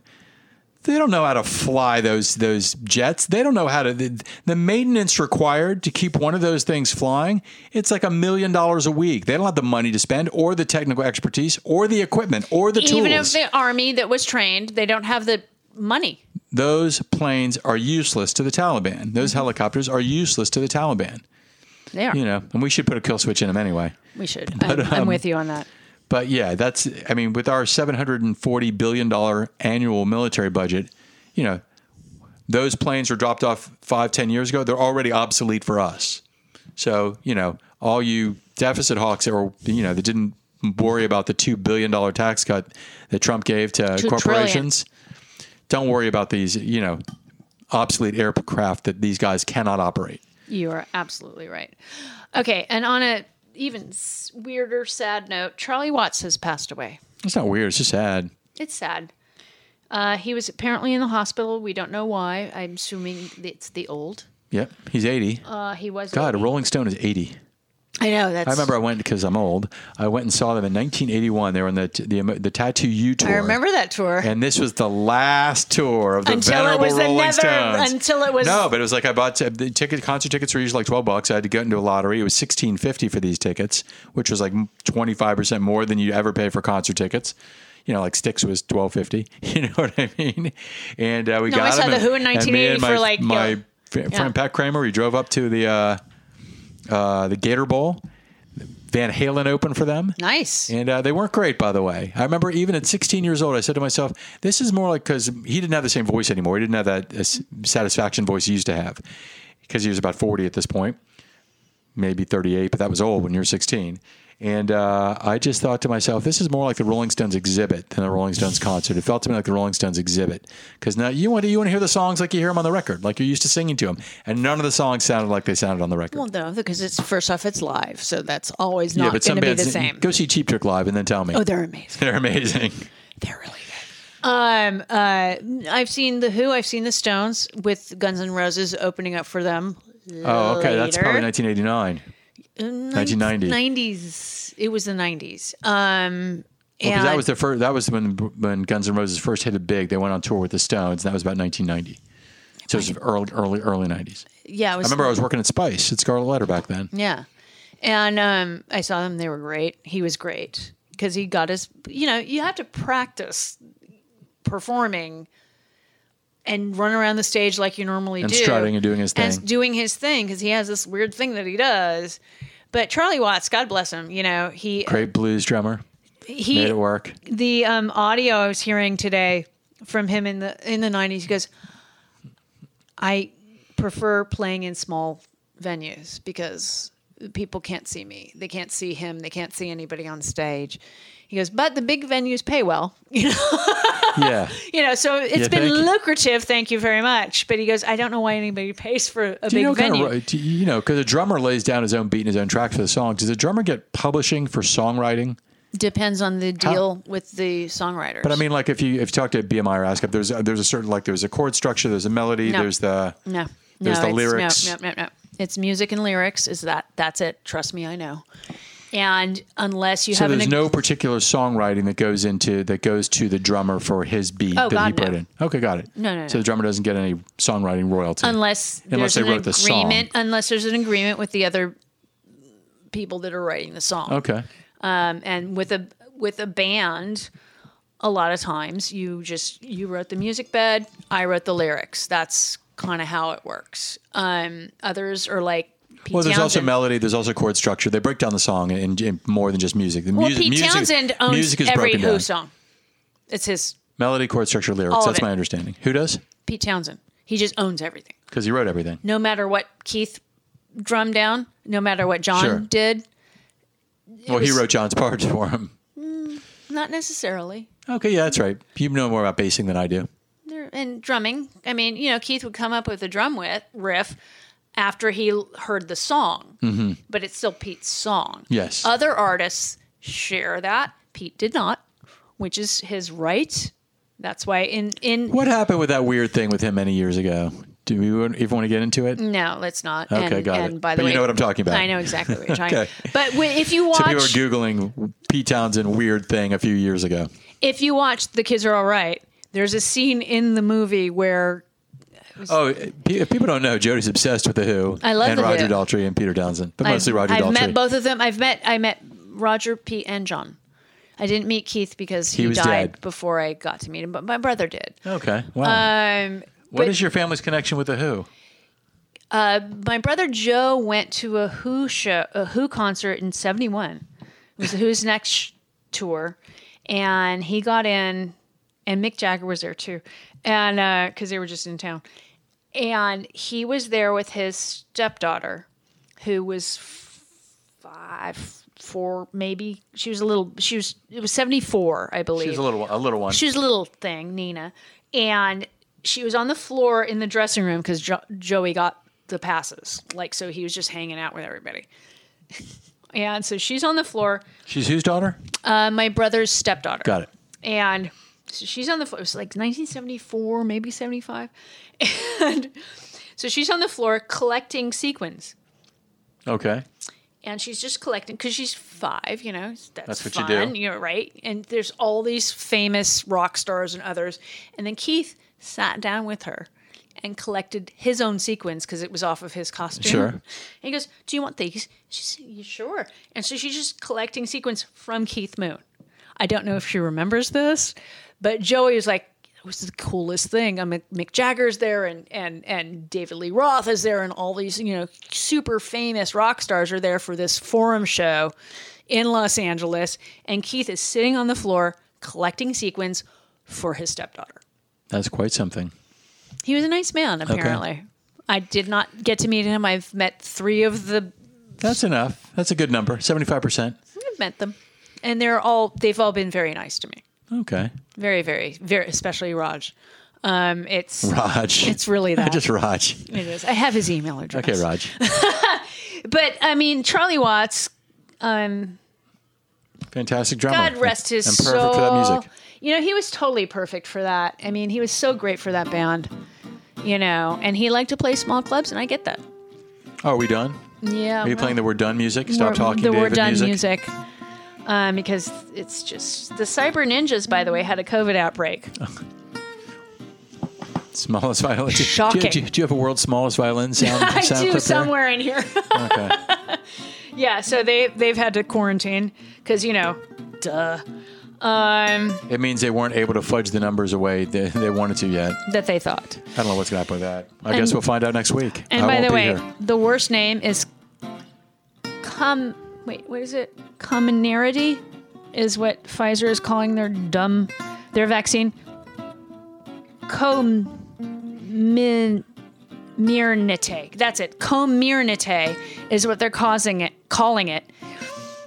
Speaker 3: They don't know how to fly those those jets. They don't know how to the, the maintenance required to keep one of those things flying. It's like a million dollars a week. They don't have the money to spend, or the technical expertise, or the equipment, or the
Speaker 2: Even if
Speaker 3: tools.
Speaker 2: the army that was trained, they don't have the money.
Speaker 3: those planes are useless to the Taliban. Those
Speaker 2: Mm-hmm.
Speaker 3: helicopters are useless to the Taliban.
Speaker 2: They are.
Speaker 3: You know, and we should put a kill switch in them anyway.
Speaker 2: we should. I'm, I'm
Speaker 3: um,
Speaker 2: with you on that.
Speaker 3: But yeah, that's I mean, with our seven hundred and forty billion dollar annual military budget, you know, those planes were dropped off five, ten years ago. They're already obsolete for us. So you know, all you deficit hawks that were you know that didn't worry about the two billion dollar tax cut that Trump gave to
Speaker 2: Two
Speaker 3: corporations, don't worry about these you know obsolete aircraft that these guys cannot operate.
Speaker 2: You are absolutely right. Okay, and on a even s- weirder, sad note, Charlie Watts has passed away.
Speaker 3: It's not weird. It's just sad.
Speaker 2: It's sad. Uh, he was apparently in the hospital. We don't know why. I'm assuming it's the old.
Speaker 3: Yep, he's eighty.
Speaker 2: Uh, he was.
Speaker 3: God, a Rolling Stone is eighty.
Speaker 2: I know that's.
Speaker 3: I remember I went because I'm old. I went and saw them in 1981. They were on the the the Tattoo U tour.
Speaker 2: I remember that tour.
Speaker 3: And this was the last tour of the
Speaker 5: Until it
Speaker 3: venerable
Speaker 5: was
Speaker 3: Rolling
Speaker 5: another-
Speaker 3: Stones.
Speaker 5: until it was-
Speaker 3: no, but it was like I bought t- the ticket. Concert tickets were usually like 12 bucks. I had to go into a lottery. It was 16.50 for these tickets, which was like 25 percent more than you ever pay for concert tickets. You know, like Styx was 12.50. You know what I mean? And uh, we
Speaker 2: No, I
Speaker 3: got
Speaker 2: saw
Speaker 3: them,
Speaker 2: The
Speaker 3: and-
Speaker 2: Who in
Speaker 3: and me
Speaker 2: 1980
Speaker 3: and
Speaker 2: for,
Speaker 3: my-
Speaker 2: like,
Speaker 3: my
Speaker 2: yeah.
Speaker 3: f-
Speaker 2: Yeah.
Speaker 3: friend Pat Kramer. We drove up to the uh, uh, the Gator Bowl. Van Halen opened for them.
Speaker 5: Nice.
Speaker 3: And uh, they weren't great, by the way. I remember even at 16 years old, I said to myself, this is more like because he didn't have the same voice anymore. He didn't have that uh, s- satisfaction voice he used to have because he was about 40 at this point, maybe 38, but that was old when you were 16. And uh, I just thought to myself, this is more like the Rolling Stones exhibit than the Rolling Stones concert. It felt to me like the Rolling Stones exhibit because now you want to you want to hear the songs like you hear them on the record, like you're used to singing to them, and none of the songs sounded like they sounded on the record.
Speaker 5: Well, no, because it's first off, it's live, so that's always
Speaker 3: yeah,
Speaker 5: not
Speaker 3: but
Speaker 5: going
Speaker 3: some
Speaker 5: to be
Speaker 3: bands
Speaker 5: the same.
Speaker 3: go see Cheap Trick live and then tell me
Speaker 5: oh, they're amazing.
Speaker 3: they're amazing.
Speaker 5: They're really good.
Speaker 2: Um, uh, I've seen the Who. I've seen the Stones with Guns N' Roses opening up for them.
Speaker 3: Oh, okay. That's probably
Speaker 2: later. Mm,
Speaker 3: 1989. 1990.
Speaker 2: Nineties. It was the nineties. Um,
Speaker 3: Because
Speaker 2: and
Speaker 3: that was their first. That was when when Guns N' Roses first hit it big. They went on tour with the Stones, and that was about 1990. So it was early, early, early 90s.
Speaker 2: yeah, it
Speaker 3: I
Speaker 2: was,
Speaker 3: remember I was working at Spice at Scarlet Letter back then.
Speaker 2: Yeah, and um, I saw them. They were great. He was great because he got his. You know, you have to practice performing and run around the stage like you normally
Speaker 3: And
Speaker 2: do,
Speaker 3: strutting and doing his
Speaker 2: and
Speaker 3: thing.
Speaker 2: doing his thing because he has this weird thing that he does. But Charlie Watts, God bless him, you know he
Speaker 3: Great blues drummer,
Speaker 2: he
Speaker 3: made it work.
Speaker 2: the um, audio I was hearing today from him in the in the nineties. He goes, I prefer playing in small venues because people can't see me. They can't see him. They can't see anybody on stage. He goes, but the big venues pay well. You know,
Speaker 3: Yeah,
Speaker 2: you know. So it's
Speaker 3: You
Speaker 2: been
Speaker 3: think?
Speaker 2: lucrative. Thank you very much. But he goes, I don't know why anybody pays for a
Speaker 3: do
Speaker 2: big
Speaker 3: you know what
Speaker 2: venue.
Speaker 3: kind of ro- do you know because a drummer lays down his own beat and his own tracks for the song. Does a drummer get publishing for songwriting?
Speaker 2: Depends on the deal with the songwriters.
Speaker 3: But I mean, like if you if you talk to BMI or ASCAP, there's a, there's a certain like there's a chord structure, there's a melody,
Speaker 2: No.
Speaker 3: there's the
Speaker 2: no.
Speaker 3: there's
Speaker 2: no,
Speaker 3: the
Speaker 2: it's-
Speaker 3: lyrics.
Speaker 2: No, no, no, no. It's music and lyrics. Is that that's it? Trust me, I know. And unless you
Speaker 3: So
Speaker 2: have
Speaker 3: there's
Speaker 2: an
Speaker 3: no particular songwriting that goes into that goes to the drummer for his beat
Speaker 2: Oh,
Speaker 3: that he
Speaker 2: God,
Speaker 3: put
Speaker 2: no.
Speaker 3: in. Okay, got it.
Speaker 2: No, no,
Speaker 3: So
Speaker 2: no.
Speaker 3: the drummer doesn't get any songwriting royalty.
Speaker 2: unless
Speaker 3: Unless
Speaker 2: there's
Speaker 3: they
Speaker 2: an
Speaker 3: wrote the song.
Speaker 2: agreement, unless there's an agreement with the other people that are writing the song.
Speaker 3: okay.
Speaker 2: Um, and with a with a band, a lot of times you just you wrote the music bed, I wrote the lyrics. That's kind of how it works. Um, others are like Pete
Speaker 3: Well, there's also
Speaker 2: Townsend.
Speaker 3: melody. There's also chord structure. They break down the song in, in more than just music. The
Speaker 2: Well,
Speaker 3: music,
Speaker 2: Pete
Speaker 3: music,
Speaker 2: Townsend owns
Speaker 3: music is
Speaker 2: every
Speaker 3: broken
Speaker 2: Who
Speaker 3: down.
Speaker 2: song. It's his
Speaker 3: Melody, chord structure, lyrics.
Speaker 2: All of
Speaker 3: That's
Speaker 2: it.
Speaker 3: my understanding. Who does?
Speaker 2: Pete Townsend. He just owns everything.
Speaker 3: Because he wrote everything.
Speaker 2: No matter what Keith drummed down, no matter what John
Speaker 3: Sure.
Speaker 2: did,
Speaker 3: well, he
Speaker 2: was-
Speaker 3: wrote John's part for him.
Speaker 2: not necessarily.
Speaker 3: Okay, yeah, that's right. You know more about bassing than I do.
Speaker 2: There- And drumming, I mean, you know, Keith would come up with a drum wi- riff after he l- heard the song, but it's still Pete's song.
Speaker 3: Mm-hmm. Yes.
Speaker 2: Other artists share that. Pete did not, which is his right. That's why in in
Speaker 3: What happened with that weird thing with him many years ago? Do we even want to get into it?
Speaker 2: no, let's not.
Speaker 3: Okay,
Speaker 2: and,
Speaker 3: got it.
Speaker 2: and By the
Speaker 3: But you
Speaker 2: way,
Speaker 3: know what I'm talking about.
Speaker 2: I know exactly what you're talking.
Speaker 3: Okay.
Speaker 2: about. But wi- if you watch,
Speaker 3: So people were googling Pete Townsend weird thing a few years ago.
Speaker 2: if you watch The Kids Are All Right,
Speaker 5: There's a scene in the movie where
Speaker 3: Oh, pe- if people don't know, Jody's obsessed with the Who.
Speaker 2: I love
Speaker 3: and
Speaker 2: The Who.
Speaker 3: Roger Daltrey and Peter Townsend, but mostly Roger
Speaker 2: I've
Speaker 3: Daltrey.
Speaker 2: met both of them. I've met I met Roger, Pete, and John. I didn't meet Keith because he,
Speaker 3: He was
Speaker 2: died
Speaker 3: dead.
Speaker 2: before I got to meet him, but my brother did.
Speaker 3: Okay, wow.
Speaker 2: Um,
Speaker 3: what
Speaker 2: Uh, but-
Speaker 3: is your family's connection with the Who?
Speaker 2: my brother Joe went to a Who show, a Who concert in '71. It was the Who's Next sh- tour, and he got in, and Mick Jagger was there too, and because they were just in town, and he was there with his stepdaughter, who was f- five, four, maybe she was a little. She was it was '74, I believe.
Speaker 3: She's a little, a little one.
Speaker 2: She was a little thing, Nina, and she was on the floor in the dressing room because jo- Joey got the passes. Like, so he was just hanging out with everybody. and so she's on the floor,
Speaker 3: She's whose daughter?
Speaker 2: uh, my brother's stepdaughter.
Speaker 3: Got it.
Speaker 2: And so she's on the floor. It was like 1974, maybe 75. And so she's on the floor collecting sequins.
Speaker 3: Okay.
Speaker 2: And she's just collecting because she's five, you know. That's,
Speaker 3: That's what you
Speaker 2: fun,
Speaker 3: do.
Speaker 2: You're right. And there's all these famous rock stars and others. And then Keith sat down with her and collected his own sequins because it was off of his costume.
Speaker 3: Sure.
Speaker 2: And he goes, Do you want these? She said, "Yeah, Sure. And so she's just collecting sequins from Keith Moon. I don't know if she remembers this, but Joey was like, it was the coolest thing. I'm Mick Jagger's there, and and and David Lee Roth is there, and all these you know super famous rock stars are there for this forum show in Los Angeles. And Keith is sitting on the floor collecting sequins for his stepdaughter.
Speaker 3: That's quite something.
Speaker 2: He was a nice man, apparently. I did not get to meet him. I've met three of the
Speaker 3: That's enough. That's a good number. Seventy-five percent.
Speaker 2: I've met them, and they're all they've all been very nice to me.
Speaker 3: Okay.
Speaker 2: Very, very, very, especially Raj. Um, it's
Speaker 3: Raj.
Speaker 2: It's really that.
Speaker 3: Just Raj.
Speaker 2: It is. I have his email address.
Speaker 3: Okay, Raj.
Speaker 2: But I mean, Charlie Watts, um,
Speaker 3: Fantastic drummer.
Speaker 2: God rest his
Speaker 3: Oh, and
Speaker 2: soul.
Speaker 3: perfect for that music.
Speaker 2: You know, he was totally perfect for that. I mean, he was so great for that band. You know, and he liked to play small clubs, and I get that.
Speaker 3: Oh, are we done?
Speaker 2: Yeah.
Speaker 3: Are you playing the "We're done" music? Stop talking,
Speaker 2: The
Speaker 3: David.
Speaker 2: we're done music. Um, because it's just the cyber ninjas, by the way, had a COVID outbreak.
Speaker 3: Um, Smallest violin. Do-
Speaker 2: Shocking.
Speaker 3: Do, you- do you have a world's smallest violin sound?
Speaker 2: I
Speaker 3: sound
Speaker 2: do
Speaker 3: clip there?
Speaker 2: somewhere in here.
Speaker 3: Okay.
Speaker 2: yeah, so they they've had to quarantine because you know, duh. Um,
Speaker 3: It means they weren't able to fudge the numbers away they, they wanted to yet.
Speaker 2: that they thought.
Speaker 3: I don't know what's going to happen with that. I guess we'll find out next week.
Speaker 2: And
Speaker 3: I
Speaker 2: by
Speaker 3: won't
Speaker 2: the
Speaker 3: be
Speaker 2: way,
Speaker 3: here.
Speaker 2: the worst name is com. Wait, what is it? Commonerity is what Pfizer is calling their dumb their vaccine. Comirnaty. That's it. Comirnaty is what they're causing it, calling it,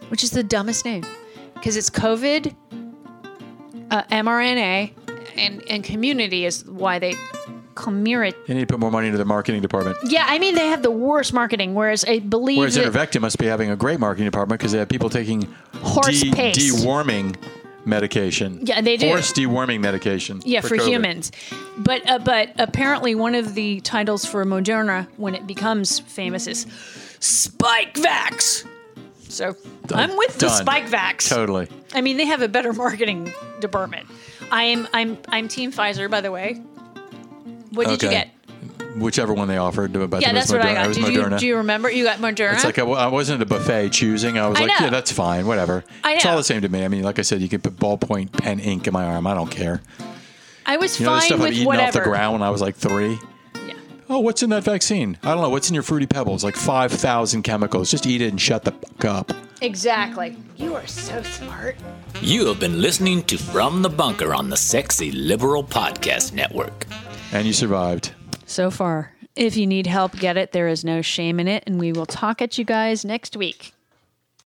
Speaker 2: which is the dumbest name because it's COVID, uh, mRNA, and and community is why they comirnaty.
Speaker 3: they need to put more money into the marketing department.
Speaker 2: Yeah, I mean they have the worst marketing. Whereas I believe
Speaker 3: Whereas
Speaker 2: that-
Speaker 3: Intervecta must be having a great marketing department because they have people taking
Speaker 2: Horse
Speaker 3: de-
Speaker 2: paste.
Speaker 3: deworming medication.
Speaker 2: Yeah, they do.
Speaker 3: Horse deworming medication.
Speaker 2: yeah, for,
Speaker 3: COVID.
Speaker 2: humans. But uh, but apparently one of the titles for Moderna when it becomes famous is Spike Vax. So I'm with the
Speaker 3: Done.
Speaker 2: Spike Vax.
Speaker 3: Totally.
Speaker 2: I mean they have a better marketing department. I am I'm I'm Team Pfizer by the way. What did you
Speaker 3: Okay.
Speaker 2: get?
Speaker 3: Whichever one they offered. But
Speaker 2: Yeah,
Speaker 3: it was
Speaker 2: that's what
Speaker 3: Moderna.
Speaker 2: I got.
Speaker 3: was
Speaker 2: Did you,
Speaker 3: Moderna.
Speaker 2: do you remember? You got Moderna.
Speaker 3: It's like I, I wasn't at a buffet choosing. I was
Speaker 2: I
Speaker 3: like,
Speaker 2: know.
Speaker 3: yeah, that's fine, whatever.
Speaker 2: I
Speaker 3: It's
Speaker 2: know.
Speaker 3: all the same to me. I mean, like I said, you can put ballpoint pen ink in my arm. I don't care.
Speaker 2: I was
Speaker 3: You know the
Speaker 2: fine
Speaker 3: stuff I've
Speaker 2: with
Speaker 3: eaten
Speaker 2: whatever.
Speaker 3: off the ground when I was like three.
Speaker 2: Yeah.
Speaker 3: Oh, what's in that vaccine? I don't know. What's in your fruity pebbles? Like five thousand chemicals. Just eat it and shut the fuck up.
Speaker 2: Exactly. You are so smart.
Speaker 4: You have been listening to From the Bunker on the Sexy Liberal Podcast Network.
Speaker 3: And you survived.
Speaker 2: So far. If you need help, get it. There is no shame in it. And we will talk at you guys next week.